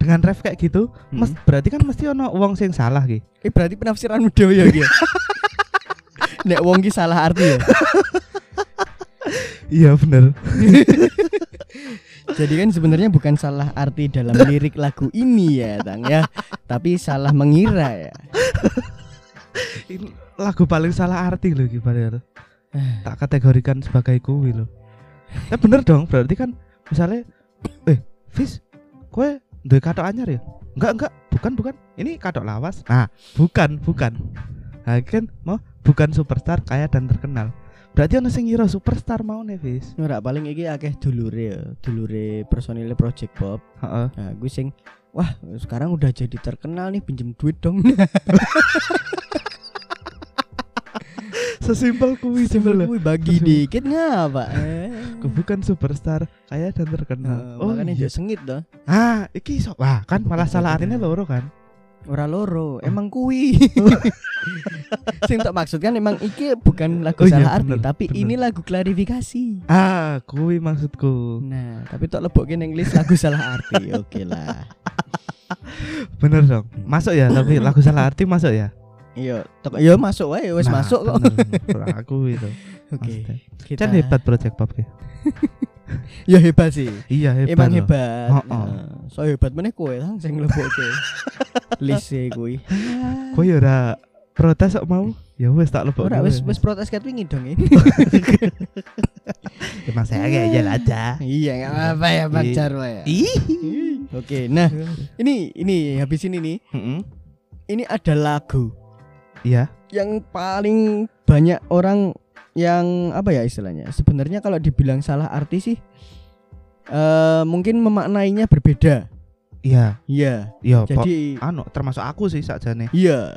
dengan ref kayak gitu Hmm. mes, berarti kan mesti ono wong sing salah ki Eh berarti penafsiranmu dhewe ya iki. ya? Nek wong ki salah arti ya. iya bener Jadi kan sebenarnya bukan salah arti dalam lirik lagu ini ya, Tang ya. Tapi salah mengira ya. Ini lagu paling salah arti loh Ki padahal. Tak kategorikan sebagai kuwi loh. Ya bener dong, berarti kan misalnya eh Fis, kowe duwe katok anyar ya? Enggak, enggak, bukan, bukan. Ini katok lawas. Nah, bukan, bukan. Nah, iki kan mau bukan superstar kaya dan terkenal. Berarti ono sing ngira superstar mau nih Fis. Ora paling iki akeh dulure ya, dulure personile Project Pop. Heeh. Nah, gue sing wah sekarang udah jadi terkenal nih pinjem duit dong. Sesimpel kuwi Simpel jebule. gue bagi Terus- dikit ngapa? Eh. Bukan superstar kaya dan terkenal. Nah, makanya iya. dia sengit toh. Ah, iki iso. Wah, kan malah salah artinya loro kan. Ora loro, emang kui. Sing tak maksud kan emang iki bukan lagu Oh iya, salah arti, bener, tapi bener. ini lagu klarifikasi. Ah, kuwi maksudku. Nah, tapi tak lebokin English lagu salah arti. Oke lah. Bener dong. Masuk ya, tapi lagu salah arti masuk ya. Iya, tok- iya masuk wae, wis Nah, masuk kok. bener. Kurang aku itu. Oke. Kita Kan hebat Project Pop ya. Ya hebat sih. Iya hebat. Emang loh. hebat. Oh, oh. Nah, So hebat meneh kowe lah sing lebokke. Lise kuwi. Kowe ya ora protes kok mau? Ya wis tak lebok. Ora dulu. wis wis protes ket wingi dong ya. Emang saya kayak jalan aja. Iya, nggak apa-apa ya Bang Iya. Jarwo ya. Ih. Oke, nah ini ini habis ini nih. Mm-mm. Ini ada lagu Iya. yang paling banyak orang yang apa ya istilahnya. Sebenarnya kalau dibilang salah arti sih eh mungkin memaknainya berbeda. Iya. Iya. Iya. po- Jadi Anu termasuk aku sih sakjane. iya.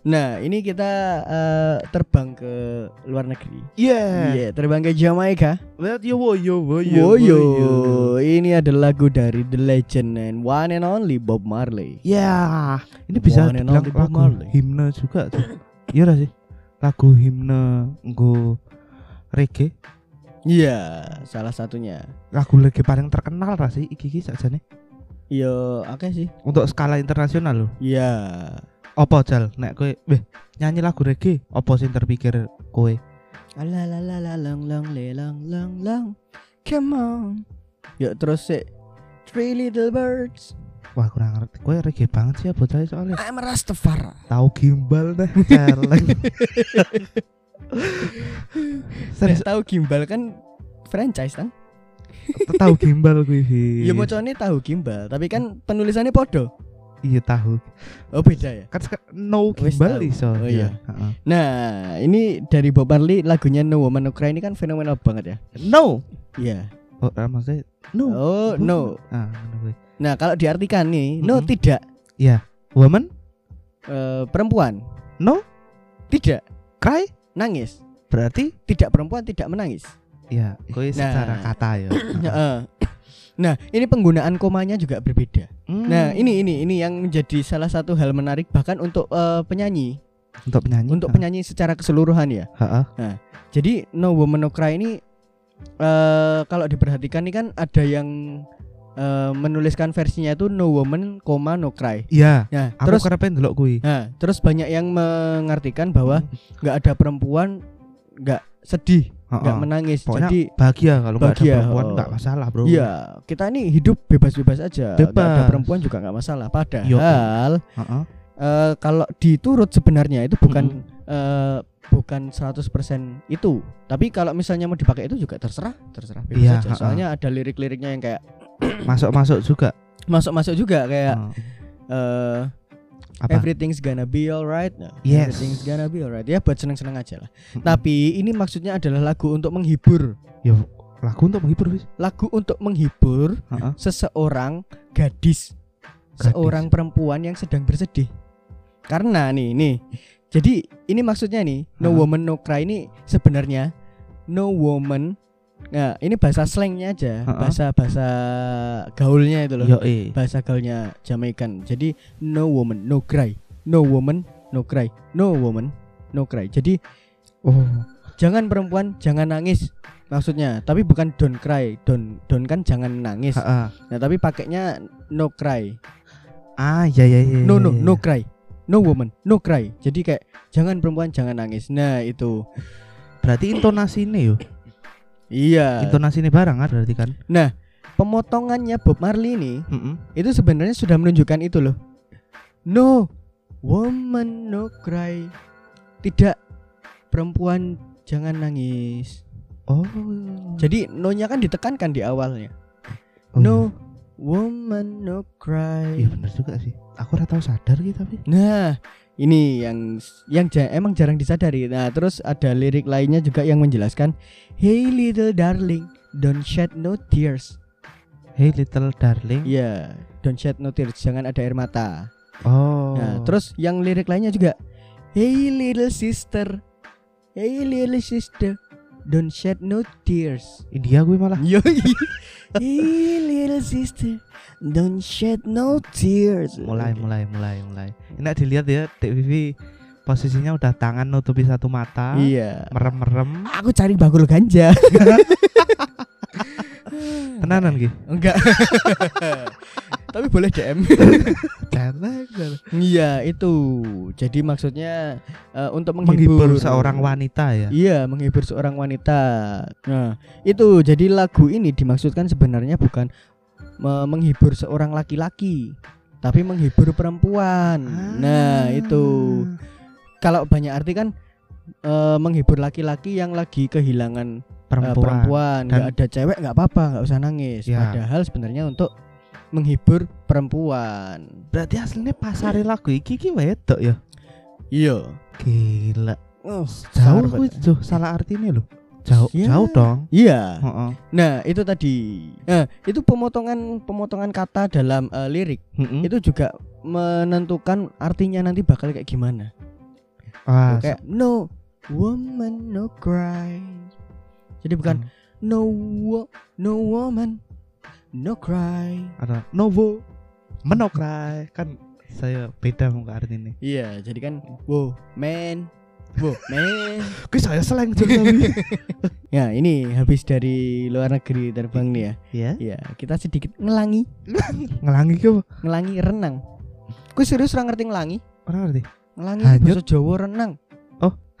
Nah, ini kita eh, terbang ke luar negeri. Iya. Iya, terbang ke Jamaika. Lihat yo wo yo wo Woyo, ini ada lagu dari The Legend and One and Only Bob Marley. Ya, ini bisa One and dibilang only Bob lagu Marley. himne juga. Cuk. Iya ora sih? Lagu himne nggo reggae, Iya, salah satunya. lagu reggae paling terkenal ra sih iki iki sakjane. Iya, oke sih. Untuk skala internasional loh. Iya. Apa jal nek kowe weh nyanyi lagu reggae apa sih yang terpikir kowe? Alalalala long long le long long long. Come on. Yuk terus sih. Three little birds. Wah kurang ngerti. Kowe reggae banget sih apa jal soalnya. I'm a Rastafari. Tahu gimbal deh, celeng. Serius Nek tahu gimbal kan franchise kan? tahu gimbal kuwi. Fis. Iya, mocone tahu gimbal, tapi kan penulisannya podo. Iya tahu. Oh, beda ya. Kan sek- no Wis gimbal tahu. iso. Oh, dia. iya. Heeh. Nah, ini dari Bob Marley lagunya No Woman No Cry ini kan fenomenal banget ya. No. Iya. Oh, ah, maksudnya no. Oh, Woman. no. Ah, ngono kuwi. Nah, kalau diartikan nih, no Mm-mm. tidak Woman Eh, perempuan, no tidak cry nangis, berarti tidak perempuan tidak menangis. ya kuwi secara Nah. kata ya. Heeh. Heeh. Nah, ini penggunaan komanya juga berbeda. Hmm. Nah, ini ini ini yang menjadi salah satu hal menarik bahkan untuk eh, penyanyi, untuk penyanyi. Ah, untuk penyanyi secara keseluruhan ya. Heeh. Jadi No Woman No Cry ini eh kalau diperhatikan ini kan ada yang eh, menuliskan versinya itu No Woman, koma No Cry. Iya, Nah, aku terus karepe ndelok kuwi. nah, terus banyak yang mengartikan bahwa nggak ada perempuan nggak sedih, Heeh. nggak menangis. Oh, Pokoknya Jadi Ah, bahagia kalau nggak ada Bahagia, perempuan oh. nggak masalah, Bro. Iya, kita ini hidup bebas-bebas aja. Nggak ada Bebas. Iya, kan? perempuan juga nggak masalah. Yo. Padahal Heeh. eh, kalau diturut sebenarnya itu bukan eh, bukan 100% itu. Tapi kalau misalnya mau dipakai itu juga terserah, terserah bebas Iya, aja. ha-ha. Soalnya ada lirik-liriknya yang kayak Masuk-masuk juga. masuk-masuk juga kayak Heeh. eh, Apa? everything's gonna be alright. Nah, Yes. Everything's gonna be alright. Ya buat seneng-seneng aja lah. Tapi ini maksudnya adalah lagu untuk menghibur. ya lagu untuk menghibur wis. Lagu untuk menghibur Heeh. seseorang gadis, Gadis. seorang perempuan yang sedang bersedih. Karena nih, nih. Jadi ini maksudnya nih, no Hah? woman no cry ini sebenarnya no woman. Nah, ini bahasa slangnya aja, Ha-ha. bahasa bahasa gaulnya itu loh, Yo eh. bahasa gaulnya Jamaikan. Jadi no woman no cry, no woman no cry, no woman no cry. Jadi Oh, jangan perempuan jangan nangis maksudnya, tapi bukan don't cry, don't don't kan jangan nangis. heeh. Nah, tapi pakainya no cry. Ah, ya ya ya. No no ya, ya. no cry. No woman, no cry. Jadi kayak jangan perempuan jangan nangis. Nah, itu. Berarti intonasine yo. Iya. Intonasine barang kan berarti kan. Pemotongannya Bob Marley ini Heeh. itu sebenarnya sudah menunjukkan itu loh. No woman no cry. Tidak perempuan jangan nangis. Oh. Jadi no-nya kan ditekankan di awalnya. Oh, no woman no cry. Iya bener juga sih. Aku ora tau sadar gitu tapi. Nah, ini yang yang ja- emang jarang disadari. Nah, terus ada lirik lainnya juga yang menjelaskan, "Hey little darling, don't shed no tears." Hey little darling. Ya, don't shed no tears, jangan ada air mata. Oh. Nah, terus yang lirik lainnya juga, "Hey little sister, hey little sister, Don't shed no tears. India gue malah Yo, iya. hey, little sister, don't shed no tears. mulai mulai mulai mulai. Enak dilihat ya TVV posisinya udah tangan nutupi satu mata, Iya. merem-merem. Aku cari bakul ganja. Tenanan ki. Enggak. Tapi boleh DM. Jangan Iya, itu. Jadi maksudnya eh, untuk menghibur menghibur, seorang wanita ya. Iya, menghibur seorang wanita. Nah, itu jadi lagu ini dimaksudkan sebenarnya bukan me- menghibur seorang laki-laki, tapi menghibur perempuan. Ah. Nah, Eh, itu. Kalau banyak arti kan eh, menghibur laki-laki yang lagi kehilangan eh, perempuan. perempuan, nggak ada cewek nggak apa-apa, nggak usah nangis. Ya. Padahal sebenarnya untuk menghibur perempuan. Berarti aslinya pasar lagu iki ki wedok ya. Iya. Gila. Oh, Jauh besar kuwi banget. Duh, salah artinya loh. Jauh Ya. jauh dong. Iya. Heeh. Nah, itu tadi. Nah, itu pemotongan pemotongan kata dalam eh, lirik Mm-mm. itu juga menentukan artinya nanti bakal kayak gimana. Ah, kayak no woman no cry. Jadi bukan bukan no wo- no woman no cry. ada Novo menokrai kan saya beda muka artinya. Iya, jadi kan wo man wo man. Kuwi saya seleng jeng ya, ini habis dari luar negeri terbang nih ya. Ya. Iya, kita sedikit ngelangi, Ngelangi ki apa? ngelangi renang. Gue serius ora ngerti ngelangi. Ora ngerti. Ngelangi Hanyut. bahasa Jawa renang.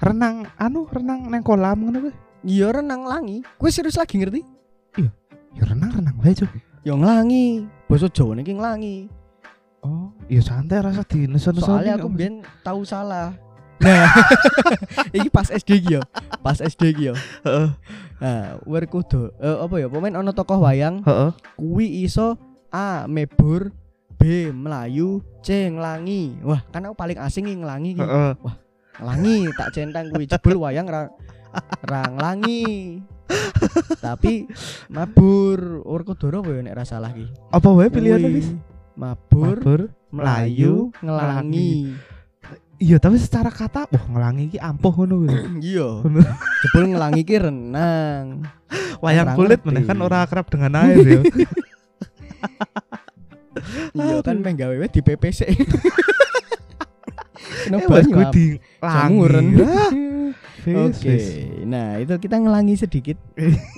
Renang anu renang neng kolam ngono kuwi. Iya renang langi. Gue serius lagi ngerti? Ya renang renang wae, Cuk. Ya ngelangi. Bahasa Jawa nih ngelangi. Oh, ya santai rasa di nesa-nesa. Soalnya ini, aku nggak mbien tahu salah. Nah, ini pas SD iki ya. Pas SD iki ya. apa-apa. Heeh. Nah, wer kudu eh, apa ya? Pemain ono tokoh wayang Heeh. kuwi iso A mebur, B melayu, C nglangi. Wah, kan aku paling asing nih nglangi iki. Heeh. Langi tak centang kuwi jebul wayang ra rang langi. Tapi mabur ur kudoro apa ya nek ra salah ki. Apa wae pilihan Kuwi wis? Mabur, Mabur. melayu, melayu, ngelangi. Iya, tapi secara kata wah ngelangi iki ampuh ngono kuwi. Iya. Bener. Jebul ngelangi ki renang. Wayang Orang kulit ngerti. meneh kan ora akrab dengan air ya. Iya kan meh gawe di PPC. Eh, Kenapa wes banyu kuwi ap- di jamuran. Oke. Oke, nah itu kita ngelangi sedikit,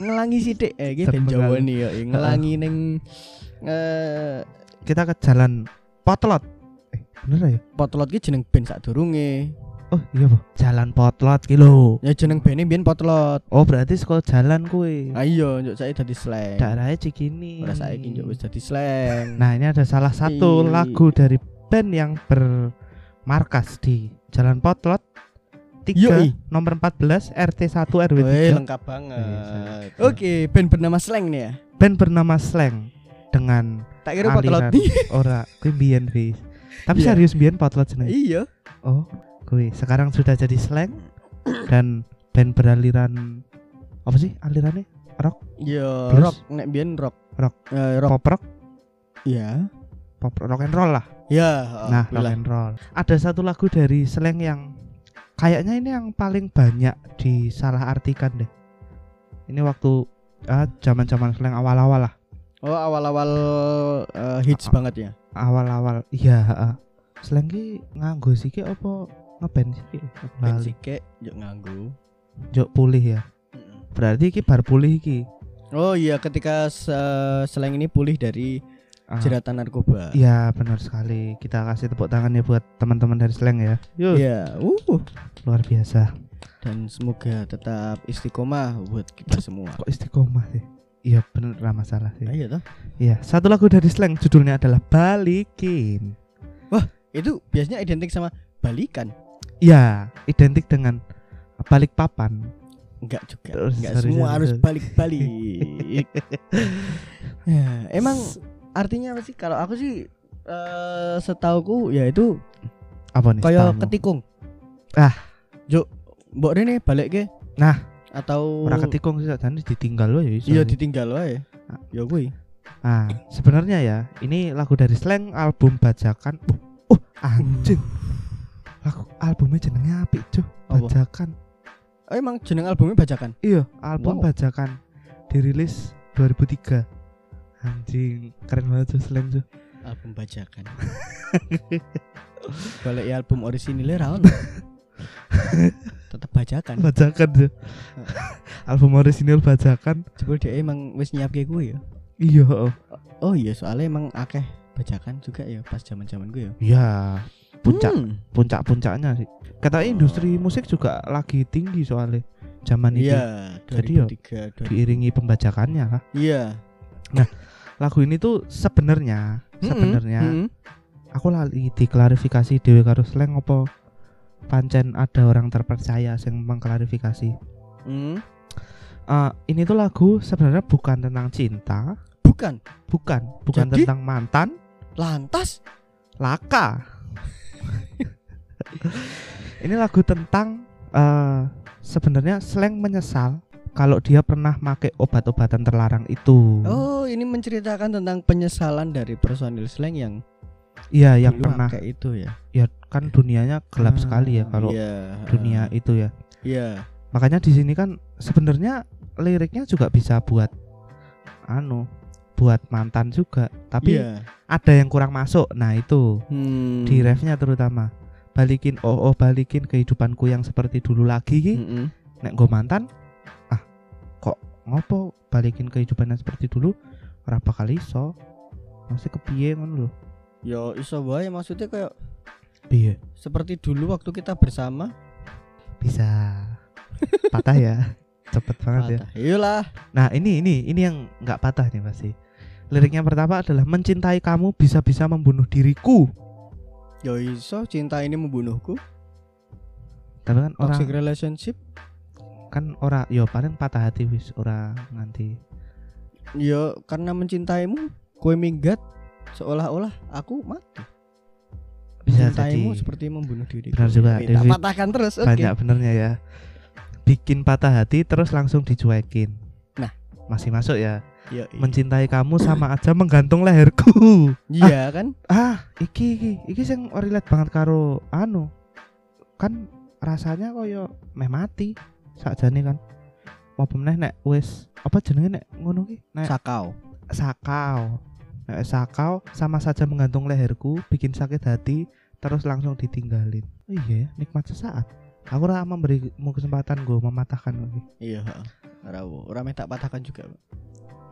ngelangi sidik, eh gitu Terpengaruh. Jawa nih, yoi. ngelangi neng eh Kita ke jalan Potlot. Eh, bener ya? Potlot ki jeneng band sadurunge. Oh, iya, Pak. Jalan Potlot ki lho. Ya jeneng bandnya biyen Potlot. Oh, berarti sekolah jalan kuwi. Ayo njuk saya dadi slang. Daerahnya Cikini. Ora saiki njuk wis dadi slang. Nah, ini ada salah satu Iya. lagu dari band yang bermarkas di Jalan Potlot 3 Yoi. nomor 14 RT 1 RW Wih, 3. lengkap Iya, banget. saya- Oke, band bernama Slang nih ya. Band bernama Slang dengan Tak kira Potlot. aliran ora kuwi mbiyen Fis. Tapi Iya. serius mbiyen Potlot jenenge. Iya. Oh, kuwi sekarang sudah jadi Slang dan band beraliran apa sih alirannya? Iya, Terus? rock nek biyen rock. Rock. Eh, rock. Pop rock, Iya. pop rock and roll lah. Ya. Nah, rock alhamdulillah. and roll. Ada satu lagu dari Slang yang kayaknya ini yang paling banyak disalah artikan deh. Ini waktu ah, zaman-zaman Slang awal-awal lah, Oh, awal-awal eh, Ah, hits banget ya. awal-awal. Iya, heeh. Slang ki nganggo siki apa ngeband siki? Band Lali. sikek njuk nganggu. Jok pulih ya. Berarti iki bar pulih iki. Oh iya, ketika se- Slang ini pulih dari Ah, jeratan narkoba. Iya, benar sekali. Kita kasih tepuk tangan ya buat teman-teman dari Slang ya. Yuk, Iya. Uh. luar biasa. dan semoga tetap istiqomah buat kita semua. Kok istiqomah sih? Iya, bener lah masalah sih. Ayo toh. Iya, satu lagu dari Slang judulnya adalah Balikin. Itu biasanya identik sama balikan. Iya, identik dengan balik papan. Enggak juga. Terus, Enggak sorry, semua sorry, harus sorry. balik-balik. Ya, emang artinya apa sih? Kalau aku sih eh setauku ya itu apa nih? kayak setamu? ketikung. Ah. Juk, mbok rene balik ke. Nah. atau Ora ketikung sih dan ditinggal loh ya. iso Iya sih. ditinggal wae. Ah. Ya kuwi. Ah, sebenarnya ya, ini lagu dari Slang album bajakan. Oh, oh, anjing. Lagu albumnya jenenge apik, Cuk. Apa? Bajakan. Eh oh, emang jeneng albumnya bajakan. Iya, album Wow. bajakan dirilis 2003. Anjing, keren banget tuh Slam tuh. Album bajakan. Balik ya album orisinilnya rawan. Tetap bajakan. Bajakan tuh. album orisinil bajakan. Jebul dia emang wis nyiapke gue ya. Iya, oh. Oh iya soalnya emang akeh bajakan juga ya pas zaman-zaman gue ya. Iya. Puncak Hmm. puncak-puncaknya sih. Katanya Oh. industri musik juga lagi tinggi soalnya zaman itu Iya, Jadi ya, 2003. dua- diiringi pembajakannya lah. Iya. Lagu ini tuh sebenarnya Hmm, sebenarnya Mm-mm. aku lali diklarifikasi Dewi karo Slang apa pancen ada orang terpercaya yang mengklarifikasi. Mm-mm. Mm. Eh, ini tuh lagu sebenarnya bukan tentang cinta, Bukan. bukan, bukan Jadi? tentang mantan, Lantas laka. ini lagu tentang eh, sebenarnya Slang menyesal kalau dia pernah make obat-obatan terlarang itu. Oh, ini menceritakan tentang penyesalan dari personil slang yang Iya, yang dulu pernah. pakai itu ya. Ya kan dunianya gelap Ah, sekali ya kalau iya, dunia ah, itu ya. Iya. makanya di sini kan sebenarnya liriknya juga bisa buat anu buat mantan juga tapi iya. ada yang kurang masuk nah itu Hmm. di refnya terutama balikin oh oh balikin kehidupanku yang seperti dulu lagi Mm-mm. nek gue mantan ah kok ngopo balikin kehidupan yang seperti dulu ora bakal iso masih kepiye ngono lho Ya iso wae maksudnya kayak piye seperti dulu waktu kita bersama. bisa patah ya cepet banget ya patah. Iyalah. Nah ini ini ini yang nggak patah nih pasti. Liriknya pertama adalah mencintai kamu bisa-bisa membunuh diriku. Ya iso cinta ini membunuhku. Tapi kan orang Toxic relationship. kan ora yo paling patah hati wis ora nganti. Ya karena mencintaimu, kue minggat seolah-olah aku mati. Bisa Mencintaimu jadi seperti membunuh diriku. benar juga. Kita Devi. patahkan terus. Oke. banyak benernya ya. Bikin patah hati terus langsung dicuekin. Nah. masih masuk ya. Ya, iya. Mencintai kamu sama aja menggantung leherku. Iya kan? Ah, iki iki iki sing relate banget karo anu. Kan rasanya koyo meh mati sakjane kan. Mau meneh nek wis apa jenenge nek ngono ki? Nek Sakau. sakau. Nek sakau sama saja menggantung leherku, bikin sakit hati, terus langsung ditinggalin. Oh Iya, ya, nikmat sesaat. Aku ora memberimu kesempatan gue mematahkan lagi. Iya. heeh. Rawo. Orang minta patahkan juga. Pak.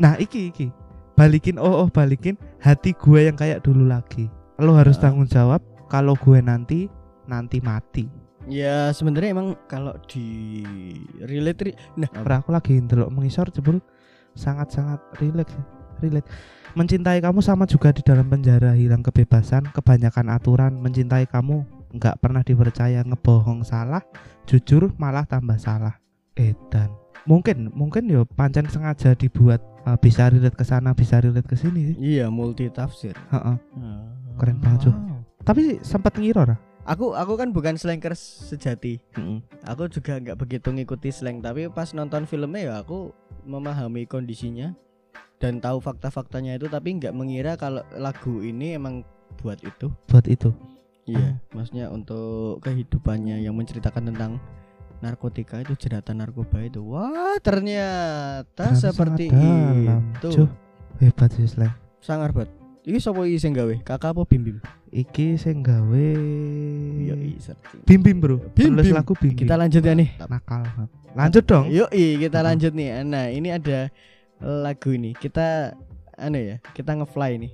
Nah, iki iki. Balikin oh oh balikin hati gue yang kayak dulu lagi. Lo harus Ah. tanggung jawab kalau gue nanti nanti mati. Ya sebenarnya emang kalau di relate, re- nah Ora, aku lagi ndelok mengisor jebul sangat-sangat relate ya. relate. Mencintai kamu sama juga di dalam penjara hilang kebebasan, kebanyakan aturan, mencintai kamu nggak pernah dipercaya ngebohong salah, jujur malah tambah salah. Edan. Mungkin mungkin yo pancen sengaja dibuat eh, bisa relate ke sana, bisa relate ke sini sih. iya multi tafsir. Heeh. Keren banget, Jo. Wow. Tapi sempat ngiror ah. Aku aku kan bukan slankers sejati. Aku juga nggak begitu ngikuti slang, tapi pas nonton filmnya ya aku memahami kondisinya dan tahu fakta-faktanya itu, tapi nggak mengira kalau lagu ini emang buat itu. buat itu. Mm. Iya, maksudnya untuk kehidupannya yang menceritakan tentang narkotika itu jeratan narkoba itu. Wah, ternyata Ternyata Nah, seperti sangat dalam, itu. Jo. Hebat sih Slang. Sangar banget. Iki sapa iki sing gawe? Kakak apa Bim Bim? Iki sing gawe Yo searching. Iya. Bim Bim Bro. Iya, Bim Penulis Bim. lagu Bim Bim. Kita lanjut ya nih. nakal banget. Lanjut dong. Yo kita Mm-mm. lanjut nih. Nah, ini ada lagu ini. Kita anu ya, kita ngefly nih.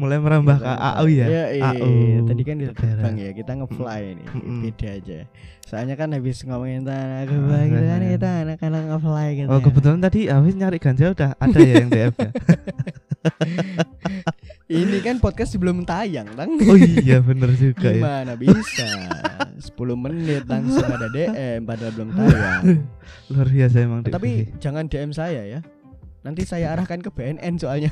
Mulai merambah Iya, ke AU ya. Yoi, AU. Tadi kan di Daerah. terbang ya, kita ngefly nih. Mm-mm. Beda aja. Soalnya kan habis ngomongin Ah, tanah kebang gitu kan bener. kita anak-anak ngefly gitu. Oh ya. kebetulan tadi habis nyari ganja udah ada ya yang DF ya. Ini kan podcast belum tayang, Tang. Oh iya bener juga ya. Gimana bisa? 10 menit langsung ada DM padahal belum tayang. Luar biasa emang Dik Tapi Vivi. jangan DM saya ya. Nanti saya arahkan ke BNN soalnya.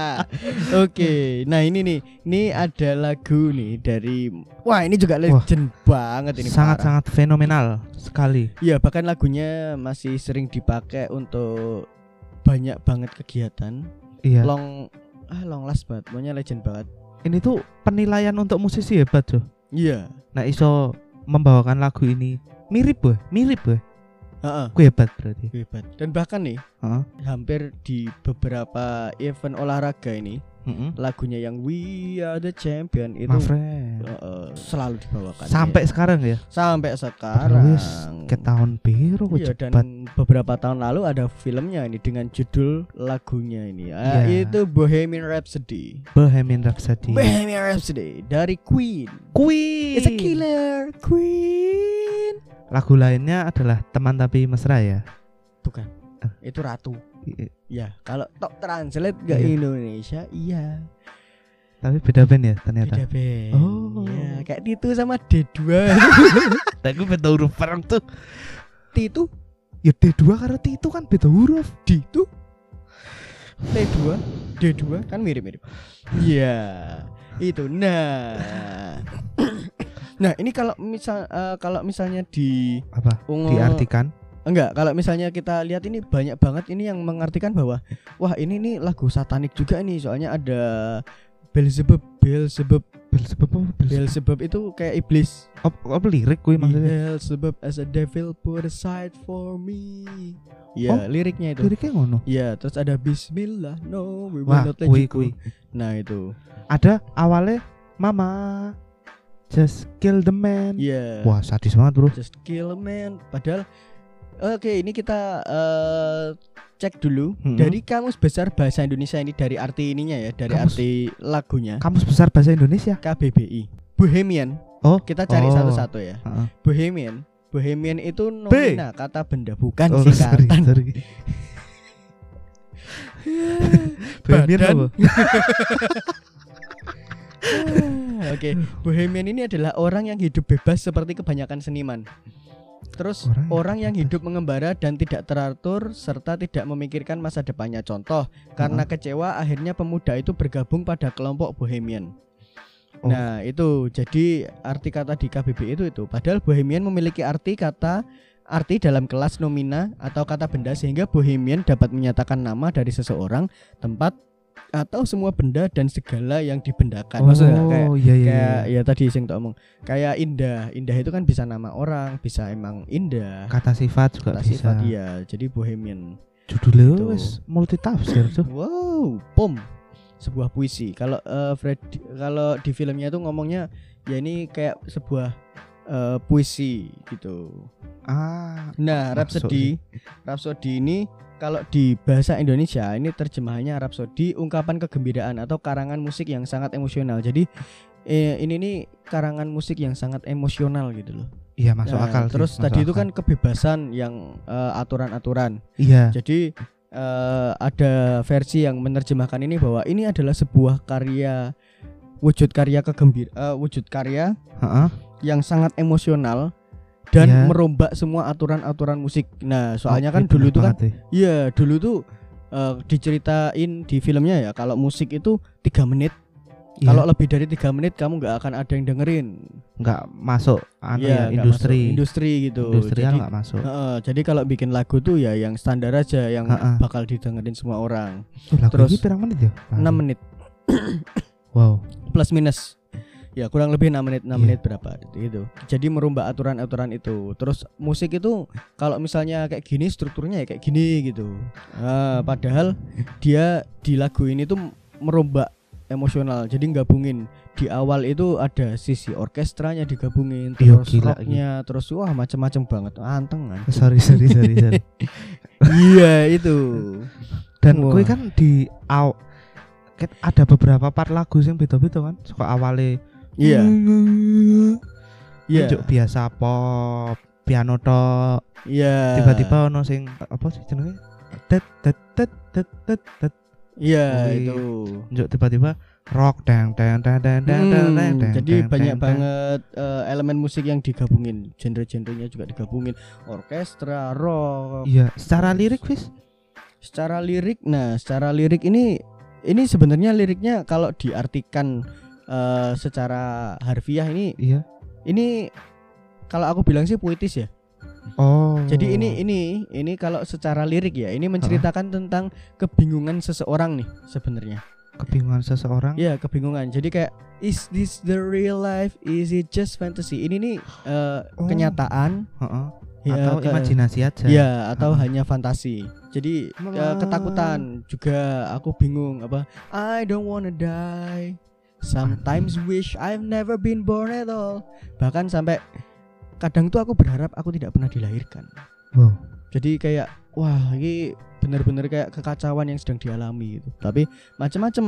Oke, nah ini nih, ini ada lagu nih dari wah ini juga legend banget ini. parah. sangat-sangat fenomenal sekali. Iya, bahkan lagunya masih sering dipakai untuk banyak banget kegiatan. Iya. Long ah long last banget, pokoknya legend banget. Ini tuh penilaian untuk musisi hebat tuh. Iya. Nah iso membawakan lagu ini mirip boh mirip boh Heeh. aku hebat berarti Hebat. Dan bahkan nih, Heeh. hampir di beberapa event olahraga ini Mm-mm. lagunya yang We Are the Champion itu my friend heeh, selalu dibawakan. sampai ya. sekarang ya sampai sekarang. terus ke tahun biru kok Iya, cepat dan beberapa tahun lalu ada filmnya ini dengan judul lagunya ini ya, Iya. itu Bohemian Rhapsody. Bohemian Rhapsody Bohemian Rhapsody dari Queen. Queen It's a killer Queen. lagu lainnya adalah teman tapi mesra ya Bukan. kan? Ah. Itu ratu. I- i- Ya, kalau top translate ke Iya. Indonesia, iya. tapi beda band ya ternyata Beda band. Oh. Ya, kayak Titu sama D2. tapi gue beda huruf perang tuh Titu, ya D2 karena T itu kan beda huruf Ditu. T2, D2 kan mirip-mirip. Iya. Itu. Nah. nah, ini kalau misal eh, kalau misalnya di apa ungu diartikan Enggak, kalau misalnya kita lihat ini banyak banget ini yang mengartikan bahwa wah ini nih lagu satanik juga nih soalnya ada Beelzebub, Beelzebub, Beelzebub apa Beelzebub? Beelzebub Iya, itu kayak iblis. apa apa lirik gue maksudnya Beelzebub as a devil put aside for me. Ya, Oh, liriknya itu. liriknya ngono Ya, terus ada Bismillah, no we will wah not let kui you go. kui Nah itu. ada awalnya mama just kill the man Ya. wah sadis banget bro Just kill a man. Padahal Oke, ini kita eh, cek dulu Mm-mm. dari kamus besar bahasa Indonesia ini dari arti ininya ya, dari Kamus- arti lagunya kamus besar bahasa Indonesia KBBI. Bohemian. oh Kita cari Oh. satu-satu ya. Heeh. Bohemian. Bohemian itu nomina kata benda bukan oh sorry singkatan. sorry Bohemian Badan. apa? Ah, Oke, Bohemian ini adalah orang yang hidup bebas seperti kebanyakan seniman. Terus Orang orang, yang yang hidup mengembara dan tidak teratur serta tidak memikirkan masa depannya. Contoh, karena kecewa akhirnya pemuda itu bergabung pada kelompok Bohemian. Oh. Nah, itu jadi arti kata di KBBI itu itu. Padahal Bohemian memiliki arti kata arti dalam kelas nomina atau kata benda sehingga Bohemian dapat menyatakan nama dari seseorang, tempat atau semua benda dan segala yang dibendakan. Maksudnya kayak oh iya iya kayak iya. ya tadi sing tak omong kayak indah indah itu kan bisa nama orang bisa emang indah iya. kata sifat juga kata bisa sifat iya jadi bohemian Gitu. judulnya wes multi tafsir tuh wow pom sebuah puisi kalau eh, Fred kalau di filmnya itu ngomongnya ya ini kayak sebuah eh, puisi gitu ah nah Rhapsody Rhapsody ini kalau di bahasa Indonesia ini terjemahannya Rhapsody ungkapan kegembiraan atau karangan musik yang sangat emosional jadi eh, ini nih karangan musik yang sangat emosional gitu loh iya masuk Nah, akal sih, Terus masuk tadi itu akal. kan kebebasan yang eh, aturan-aturan. iya Jadi eh, ada versi yang menerjemahkan ini bahwa ini adalah sebuah karya wujud karya kegembir eh, wujud karya Heeh. yang sangat emosional dan Iya. merombak semua aturan-aturan musik. Nah, soalnya Oh, kan iya, dulu bener itu kan banget ya. iya, dulu tuh eh, diceritain di filmnya ya kalau musik itu tiga menit. Iya. Kalau lebih dari tiga menit kamu nggak akan ada yang dengerin. nggak masuk anu Iya, ya, nggak industri anu masuk industri gitu. industrial Jadi nggak masuk Heeh, jadi kalau bikin lagu tuh ya yang standar aja yang Heeh. bakal didengerin semua orang. Tuh, lagu terus- ini pirang menit ya 6 menit wow plus minus. Ya kurang lebih 6 menit, Iya. 6 menit berapa itu. Jadi merubah aturan-aturan itu. Terus musik itu kalau misalnya kayak gini strukturnya ya kayak gini gitu. Ah, padahal dia di lagu ini tuh merubah emosional. Jadi gabungin di awal itu ada sisi orkestranya digabungin, Iya, terus gila, rocknya, terus wah macam-macam banget. Anteng kan. sorry sorry sorry, sorry. Iya itu. dan Wah. gue kan di aw ket- ada beberapa part lagu yang beda-beda kan suka awalnya Hmm. Iya. Iya. Njuk biasa pop piano tok Iya. tiba-tiba ono sing apa sih jenenge tet tet tet tet tet tet Iya Wih. itu. Njuk tiba-tiba rock dang dang dang dang dang dang Hmm, dang dang, jadi dang, banyak dang, dang. banget eh, elemen musik yang digabungin, genre-genrenya juga digabungin, orkestra, rock. iya secara lirik wis Secara lirik, nah secara lirik ini ini sebenarnya liriknya kalau diartikan eh, secara harfiah ini iya ini kalau aku bilang sih puitis ya. oh Jadi ini ini ini kalau secara lirik ya, ini menceritakan tentang kebingungan seseorang nih sebenarnya. kebingungan seseorang Ya kebingungan. Jadi kayak is this the real life? Is it just fantasy? Ini nih eh, Oh. kenyataan heeh, ya, atau ke- imajinasi Hmm. aja Ya atau Heeh. hanya fantasi. Jadi eh, Melah. ketakutan juga aku bingung apa I don't wanna die. Sometimes wish I've never been born at all. Bahkan sampai kadang tuh aku berharap aku tidak pernah dilahirkan. Wow. Jadi kayak wah ini benar-benar kayak kekacauan yang sedang dialami gitu. Tapi macam-macam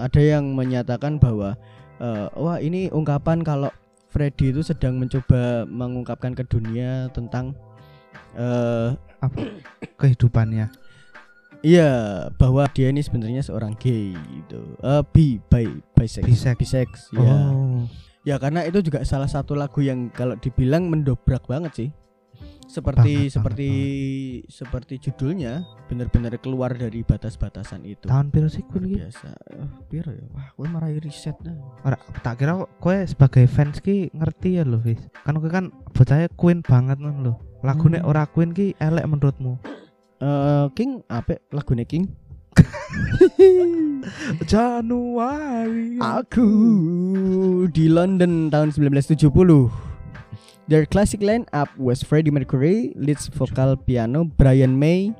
ada yang menyatakan bahwa eh, wah ini ungkapan kalau Freddy itu sedang mencoba mengungkapkan ke dunia tentang eh apa kehidupannya iya bahwa dia ini sebenarnya seorang gay gitu. Eh bi bi bisex. Bisex. Bisex, ya. oh Ya karena itu juga salah satu lagu yang kalau dibilang mendobrak banget sih. Seperti Banget, seperti seperti judulnya benar-benar keluar dari batas-batasan itu. tahun piro sih Luar kun iki? biasa. Eh, piro ya? Wah, gue marai riset dah. Ora tak kira kok kowe sebagai fans ki ngerti ya lho wis. Kan kowe kan bocahnya Queen banget kan lho. Lagune Hmm. ora Queen ki elek menurutmu. Eh, King apa lagune King? Januari. Aku di London tahun 1970. Their classic lineup was Freddie Mercury, leads vokal piano Brian May,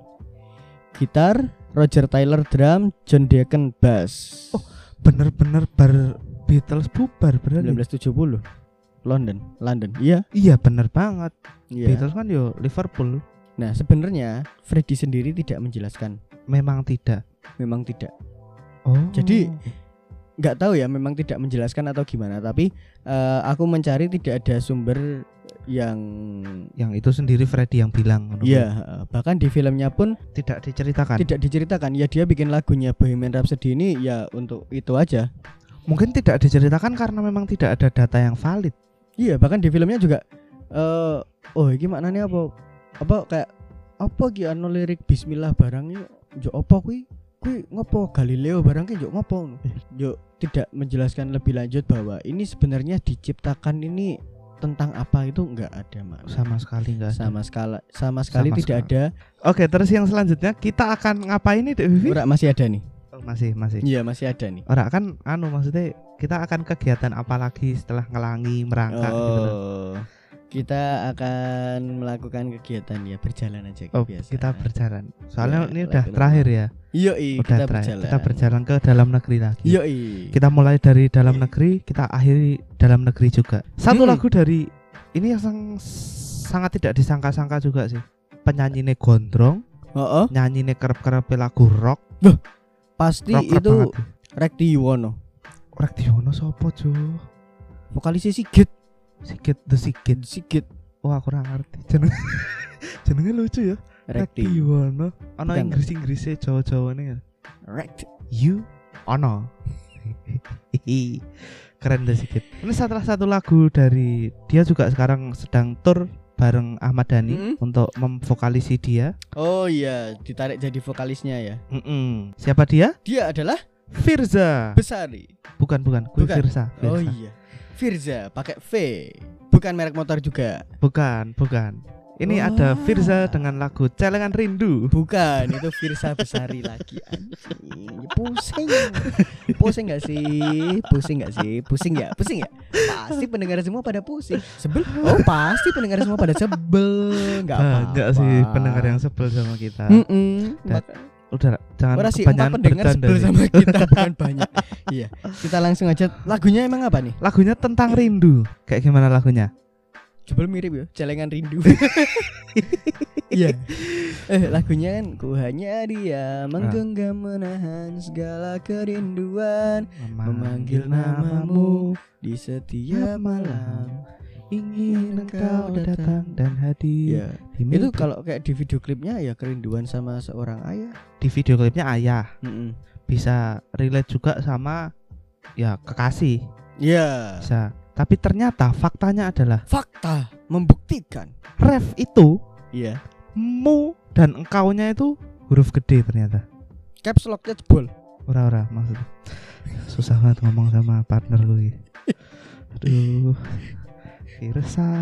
gitar Roger Taylor drum, John Deacon bass. Oh, bener-bener bar Beatles bubar berarti. 1970. London, London. Iya, Iya bener banget. iya. Beatles kan yo Liverpool. Nah, sebenarnya Freddie sendiri tidak menjelaskan. Memang tidak. Memang tidak Oh. Jadi- nggak tahu ya memang tidak menjelaskan atau gimana tapi eh, aku mencari tidak ada sumber yang yang itu sendiri Freddy yang bilang ngono. ya eh, bahkan di filmnya pun Tidak diceritakan. tidak diceritakan ya dia bikin lagunya Bohemian Rhapsody ini ya untuk itu aja Mungkin tidak diceritakan karena memang tidak ada data yang valid. iya bahkan di filmnya juga eh oh ini maknanya apa apa kayak apa ki anu lirik Bismillah barangnya jo apa kui kui ngopo Galileo barangnya jo ngopo jo tidak menjelaskan lebih lanjut bahwa ini sebenarnya diciptakan ini tentang apa itu nggak ada makna Sama sekali enggak. sama sekali sama sekali Sama tidak sekali. Oke, terus yang selanjutnya kita akan ngapain nih, Dek ada Vivi? ora masih ada nih Oh, masih, masih. iya masih ada nih Ora kan anu maksudnya kita akan kegiatan apa lagi setelah ngelangi merangkak gitu loh. oh kita akan melakukan kegiatan ya berjalan aja Oh, kebiasaan. kita berjalan. Soalnya Ya, ini udah lagu-lagu. terakhir ya. yoi Udah kita terakhir. berjalan Iya. Kita berjalan ke dalam negeri lagi. yoi Iya. Kita mulai dari dalam negeri, kita akhiri dalam negeri juga. Satu Hmm. lagu dari ini yang sang- sangat tidak disangka-sangka juga sih. Penyanyinya gondrong, oh, oh. nyanyinya kerep-kerep lagu rock. pasti rock kerep itu banget tuh. Rekti Yuwono Rek Diono sopo Jo? vokalisnya Sigit Sikit the Sikit. Sigit Wah, aku kurang ngerti. Jeneng jenenge lucu ya. Rekti Yono. Ana Bukan. Inggris-Inggrisnya Jawa-Jawane ya. Rekti You ono. Keren deh sedikit. Ini salah satu lagu dari dia juga sekarang sedang tour bareng Ahmad Dhani Mm-mm. untuk memvokalisi dia. oh iya ditarik jadi vokalisnya ya Mm-mm. Siapa dia? dia adalah Firza. Besari Bukan, bukan. Gue Bukan. Ah. Firza. oh Firza. iya Firza pakai V bukan merek motor juga Bukan, bukan. Ini ada Wah. Firza dengan lagu Celengan Rindu. Bukan, itu Firsa Besari lagi anjing. Pusing. Pusing gak sih? Pusing gak sih? Pusing ya? Pusing ya? Pasti pendengar semua pada pusing. Sebel. Oh, pasti pendengar semua pada sebel. Gak apa-apa. Enggak sih pendengar yang sebel sama kita. Mm-mm. Dan Maka- Udah jangan Ora sih, empat kebanyakan pendengar bercanda sebel nih. sama kita bukan banyak. Iya. Kita langsung aja lagunya emang apa nih? Lagunya tentang rindu. Kayak gimana lagunya? Jebel mirip ya, celengan rindu. Iya. eh, lagunya kan ku hanya dia menggenggam menahan segala kerinduan memanggil namamu di tiap setiap malam malam. ingin engkau datang dan hadir Iya. di Itu mimpi. kalau kayak di video klipnya ya kerinduan sama seorang ayah. di video klipnya ayah Mm-mm. bisa relate juga sama ya kekasih Iya. bisa tapi ternyata faktanya adalah Fakta membuktikan. ref itu Iya. mu dan engkaunya itu huruf gede ternyata Caps locknya jebol. ora ora maksudnya susah banget ngomong sama partner gue aduh Irsa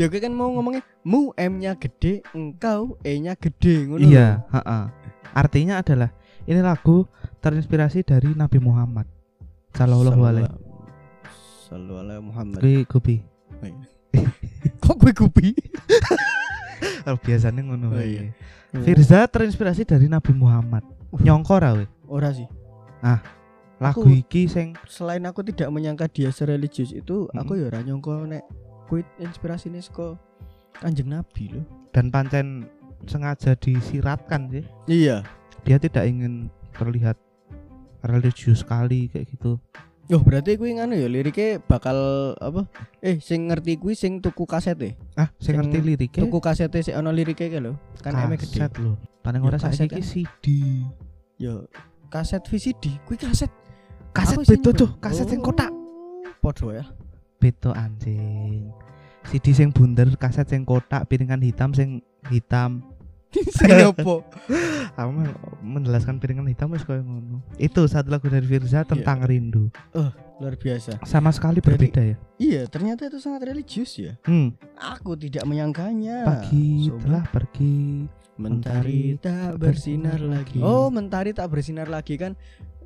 Ya gue kan mau ngomongnya mu M-nya gede, engkau E-nya gede ngono. Iya, ha-ha. Iya, Artinya adalah Ini lagu terinspirasi dari Nabi Muhammad Sallallahu alaihi Sallallahu alaihi Muhammad. Kuwi kupi. Kok gue kupi? Kalau biasanya ngono Oh, wae. iya. Firza terinspirasi dari Nabi Muhammad. Nyongko ra we? Ora sih. Lagu Uh. Aku- iki sing Selain aku tidak menyangka dia sereligius itu, aku Mm-mm. ya ora nyongko nek kuwi inspirasine saka Kanjeng Nabi loh. dan pancen sengaja disiratkan sih. Iya. Dia tidak ingin terlihat religius sekali kayak gitu. Yo berarti kuwi nganu ya liriknya bakal apa? Eh sing ngerti kuwi sing tuku kaset deh. Ah, saya Sing ngerti liriknya. Tuku kaset sing ono liriknya kayak lho. Kan eme gede. kaset lho. Paling Ya, ora kaset saiki kan. iki CD. Yo Ya, kaset VCD, kuwi kaset. Kaset Aku sing beto ber- tuh, kaset sing kotak. Oh, Podo ya. Beto anjing. CD sing bunder, kaset sing kotak, piringan hitam sing hitam. Sing opo? Aku mah menjelaskan piringan hitam wis koyo ngono. Itu satu lagu dari Firza tentang rindu. Luar biasa. Sama sekali Berarti- berbeda ya. Iya, ternyata itu sangat religius ya. Hmm, Aku tidak menyangkanya. pagi Sobat. telah pergi. mentari Mentari tak bersinar bersinar lagi. lagi. Oh, mentari tak bersinar lagi kan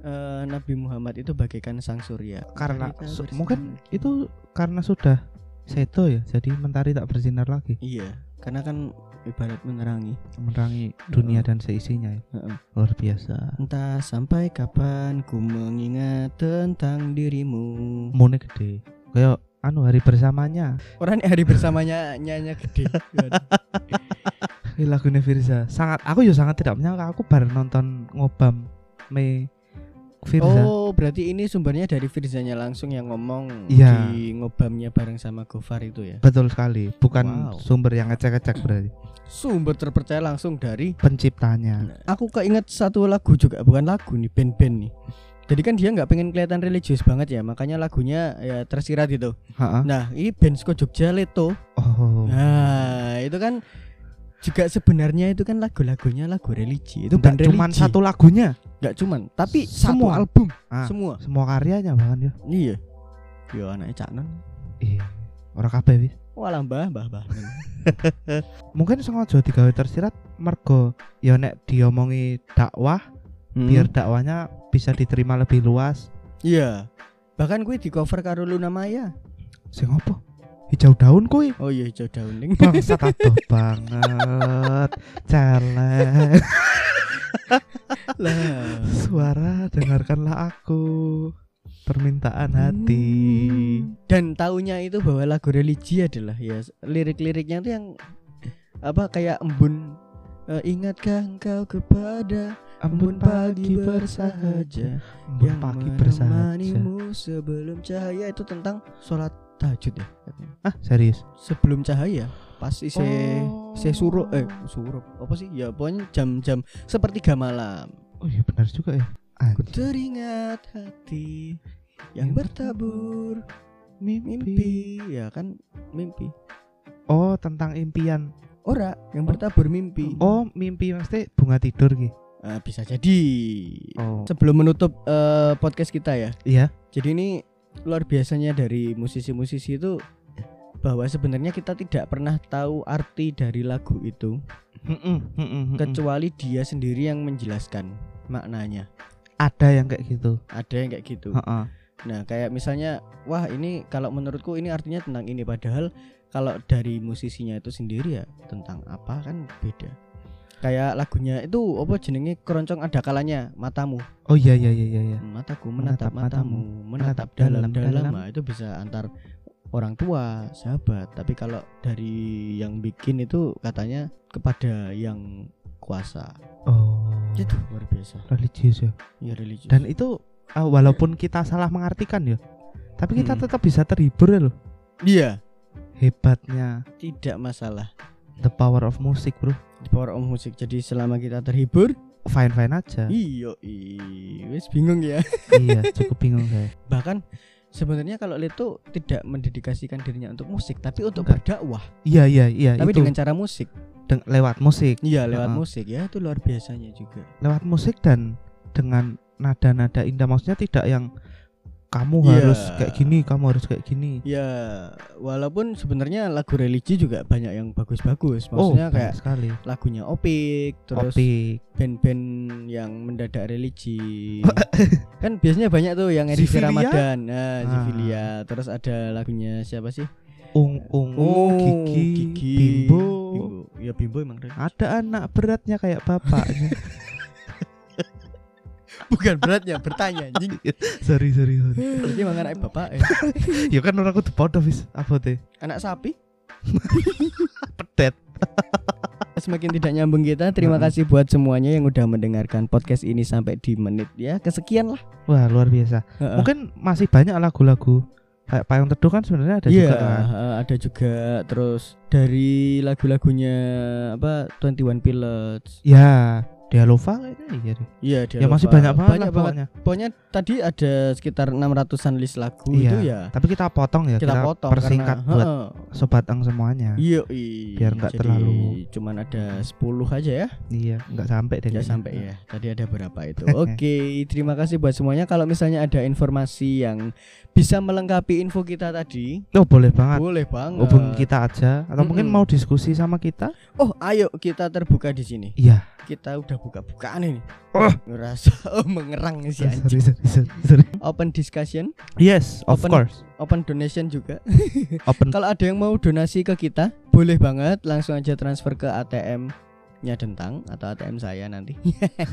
eh, Nabi Muhammad itu bagaikan sang surya. Karena Mentari tak su- bersinar mungkin lagi. Itu karena sudah seto ya, jadi mentari tak bersinar lagi, Iya, karena kan ibarat menerangi. menerangi dunia dan seisinya ya. Heeh. Luar biasa. Entah sampai kapan ku mengingat tentang dirimu. Mone gede. Kayak anu hari bersamanya. Orang ini hari bersamanya nyanyi gede. Ini lagunya Firza. Sangat aku ya sangat tidak menyangka aku baru nonton ngobam me Firza. oh, berarti ini sumbernya dari Firzanya langsung yang ngomong Iya. di ngobamnya bareng sama Gofar itu ya. Betul sekali, bukan Wow. sumber yang ngecek-ngecek berarti. Sumber terpercaya langsung dari Penciptanya. Nah, aku keinget satu lagu juga bukan lagu nih band-band nih jadi kan dia nggak pengen kelihatan religius banget ya makanya lagunya ya tersirat gitu Ha-ha. nah ini band Sko Jogja Leto Oh. nah itu kan juga sebenarnya itu kan lagu-lagunya lagu religi itu Nggak band cuman religi. satu lagunya. nggak cuman tapi Semua. satu album Ah. semua Semua karyanya bahkan ya. iya yo anaknya Cak Non Iya. Ora kabeh wis. walah mbah mbah mbah Non. Mungkin sengaja digawe tersirat mergo ya nek diomongi dakwah Mm. biar dakwahnya bisa diterima lebih luas. iya bahkan gue di cover karo Luna Maya Sing apa? Hijau daun kuwi. oh iya hijau daun Ding. Bangsa kabeh banget. Celek. lah Suara dengarkanlah aku. Permintaan hati. kan Hmm. dan taunya itu bahwa lagu religi adalah ya s- lirik-liriknya tuh yang apa kayak embun eh, ingatkah engkau kepada embun pagi bersahaja Embun yang pagi bersahaja. menemanimu sebelum cahaya itu tentang sholat tahajud ya katanya. Ah, serius. sebelum cahaya pas isi Oh. isi suruh eh suruh apa sih ya pokoknya jam-jam sepertiga malam Oh iya benar juga ya. ku Anjing. teringat hati yang bertabur mimpi ya kan mimpi Oh, tentang impian. Ora, yang bertabur mimpi. Oh, mimpi mesti bunga tidur gitu? ki. Ah, bisa jadi. Oh. Sebelum menutup eh, podcast kita ya. Iya. Jadi ini luar biasanya dari musisi-musisi itu Iya. bahwa sebenarnya kita tidak pernah tahu arti dari lagu itu Mm-mm, mm-mm, mm-mm. kecuali dia sendiri yang menjelaskan maknanya. ada yang kayak gitu. Ada yang kayak gitu. Heeh. Nah, kayak misalnya wah ini kalau menurutku ini artinya tentang ini padahal kalau dari musisinya itu sendiri ya tentang apa kan beda. Kayak lagunya itu apa jenenge keroncong ada kalanya matamu. Oh iya iya iya iya. iya. Mataku Menatap menatap, matamu, menatap dalam dalam. Nah, itu bisa antar orang tua, sahabat. Tapi kalau dari yang bikin itu katanya kepada yang kuasa. Oh. Itu luar biasa. religius ya. Ya religius. Dan itu ah, walaupun kita salah mengartikan ya, tapi kita Mm. tetap bisa terhibur ya loh. iya, Hebatnya tidak masalah. the power of music, Bro. Power of music. Jadi selama kita terhibur Fine-fine aja. Iyo, wes bingung ya. iya, cukup bingung saya. Bahkan sebenarnya kalau Leto tidak mendedikasikan dirinya untuk musik, tapi untuk Enggak. berdakwah, Iya iya iya tapi itu dengan cara musik. Deng- lewat musik, Nah, Iya, lewat Heeh. musik ya itu luar biasanya juga. lewat musik dan dengan nada-nada indah maksudnya tidak yang kamu Iya. harus kayak gini kamu harus kayak gini Ya, walaupun sebenarnya lagu religi juga banyak yang bagus-bagus. Maksudnya Oh, banyak kayak sekali lagunya Oh, Opik, terus Opik. band-band yang mendadak religi. kan biasanya banyak tuh yang edisi Zivilia? Ramadan, Ah. nah, Zivilia. terus ada lagunya siapa sih? ung ungu Oh, gigi, Oh, bimbo. Ah, Bimbo. Ya Bimbo emang religi. ada anak beratnya kayak bapaknya Bukan beratnya bertanya anjing. sorry sorry sorry Jadi emang anak bapak eh. ya kan orang kudu podo wis apa teh Anak sapi. pedet Semakin tidak nyambung kita. Terima Mm-mm. kasih buat semuanya yang udah mendengarkan podcast ini sampai di menit ya. Kesekian lah. wah luar biasa Heeh. mungkin masih banyak lagu-lagu kayak payung teduh kan sebenarnya ada Iya, juga kan eh, ada juga terus dari lagu-lagunya apa 21 Pilots. ya Dialova kayaknya iya deh. Iya, dia ya masih lupa. banyak banget Banyak lah banget. pokoknya. Pokoknya tadi ada sekitar 600-an list lagu Iya, itu ya. tapi kita potong ya Kita, kita, potong persingkat karena, buat heeh. sobat ang semuanya Iya, kan? Biar nggak terlalu- cuman ada 10 aja ya. iya nggak sampai deh Ya kayaknya. sampai ya. Tadi ada berapa itu? Oke, terima kasih buat semuanya. Kalau misalnya ada informasi yang bisa melengkapi info kita tadi, oh boleh banget boleh banget. hubungin kita aja atau mungkin eh. Mm-mm. mau diskusi sama kita Oh, ayo kita terbuka di sini. iya Kita udah buka-bukaan ini. Oh. Ngerasa mengerang si Iya, anjing. sorry, sorry, sorry, sorry. Open discussion, yes of Open- course open donation juga. open Kalau ada yang mau donasi ke kita, boleh banget langsung aja transfer ke ATM nya Dentang atau ATM saya nanti.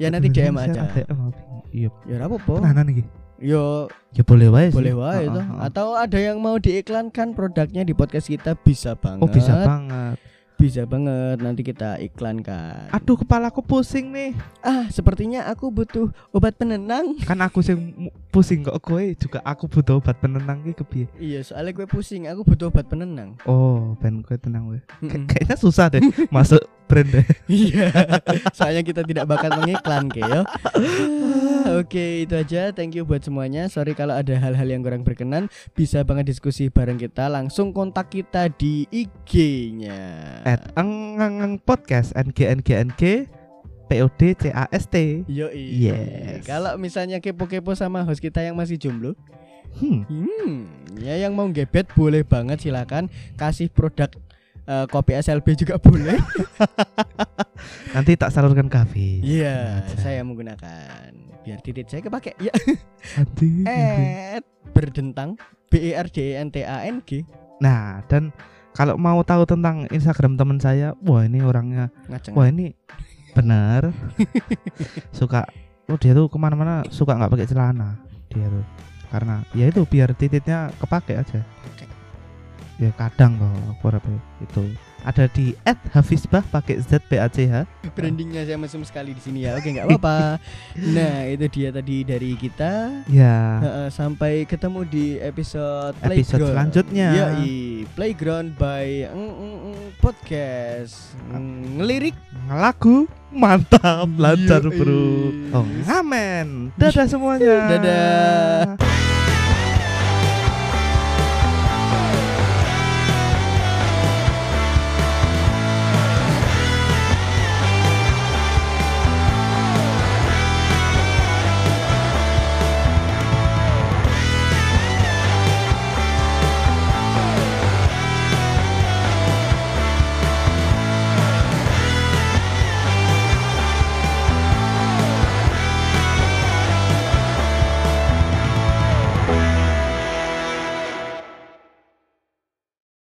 ya nanti DM aja. ATM, oke. iya Ya ora apa-apa. tenanan iki Yo ya boleh wae sih. boleh wae Heeh, toh. heeh. Atau ada yang mau diiklankan produknya di podcast kita bisa banget. oh bisa banget Bisa banget nanti kita iklankan. aduh kepalaku pusing nih Ah, sepertinya aku butuh obat penenang. kan aku sing mu- pusing kok kowe juga aku butuh obat penenang iki kepiye Iya, soalnya gue pusing, aku butuh obat penenang. oh ben kowe tenang wae Kay- Mm-mm. kayaknya susah deh masuk brand deh Iya. Soalnya kita tidak bakal mengiklan ke ya. Ah, Oke, itu aja. Thank you buat semuanya. Sorry kalau ada hal-hal yang kurang berkenan, bisa banget diskusi bareng kita. Langsung kontak kita di IG-nya. at engengeng podcast ngngng pod cast Yo Yes. Kalau misalnya kepo-kepo sama host kita yang masih jomblo, hmm hmm, ya yang mau gebet boleh banget silakan kasih produk eh, kopi SLB juga boleh. nanti tak salurkan ke Hafiz. Iya, Tenang aja. saya menggunakan biar titik saya kepake. Ya, Nanti. eh, berdentang B E R D E N T A N G nah dan kalau mau tahu tentang Instagram teman saya wah ini orangnya ngaceng. wah ini bener suka oh dia tuh kemana-mana suka nggak pakai celana dia tuh karena ya itu biar tititnya kepake aja ya kadang kok aku harap itu ada di at hafizbah pakai z b a c h Brandingnya saya mesum sekali di sini ya. Oke, nggak apa-apa. nah, itu dia tadi dari kita. ya Heeh, sampai ketemu di episode Episode Playground. selanjutnya. Yoi, Playground by Eng Eng Eng Podcast. Ah. Mm, Ngelirik. Iya, ngelagu mantap lancar Yoi. bro oh ngamen dadah semuanya Dadah.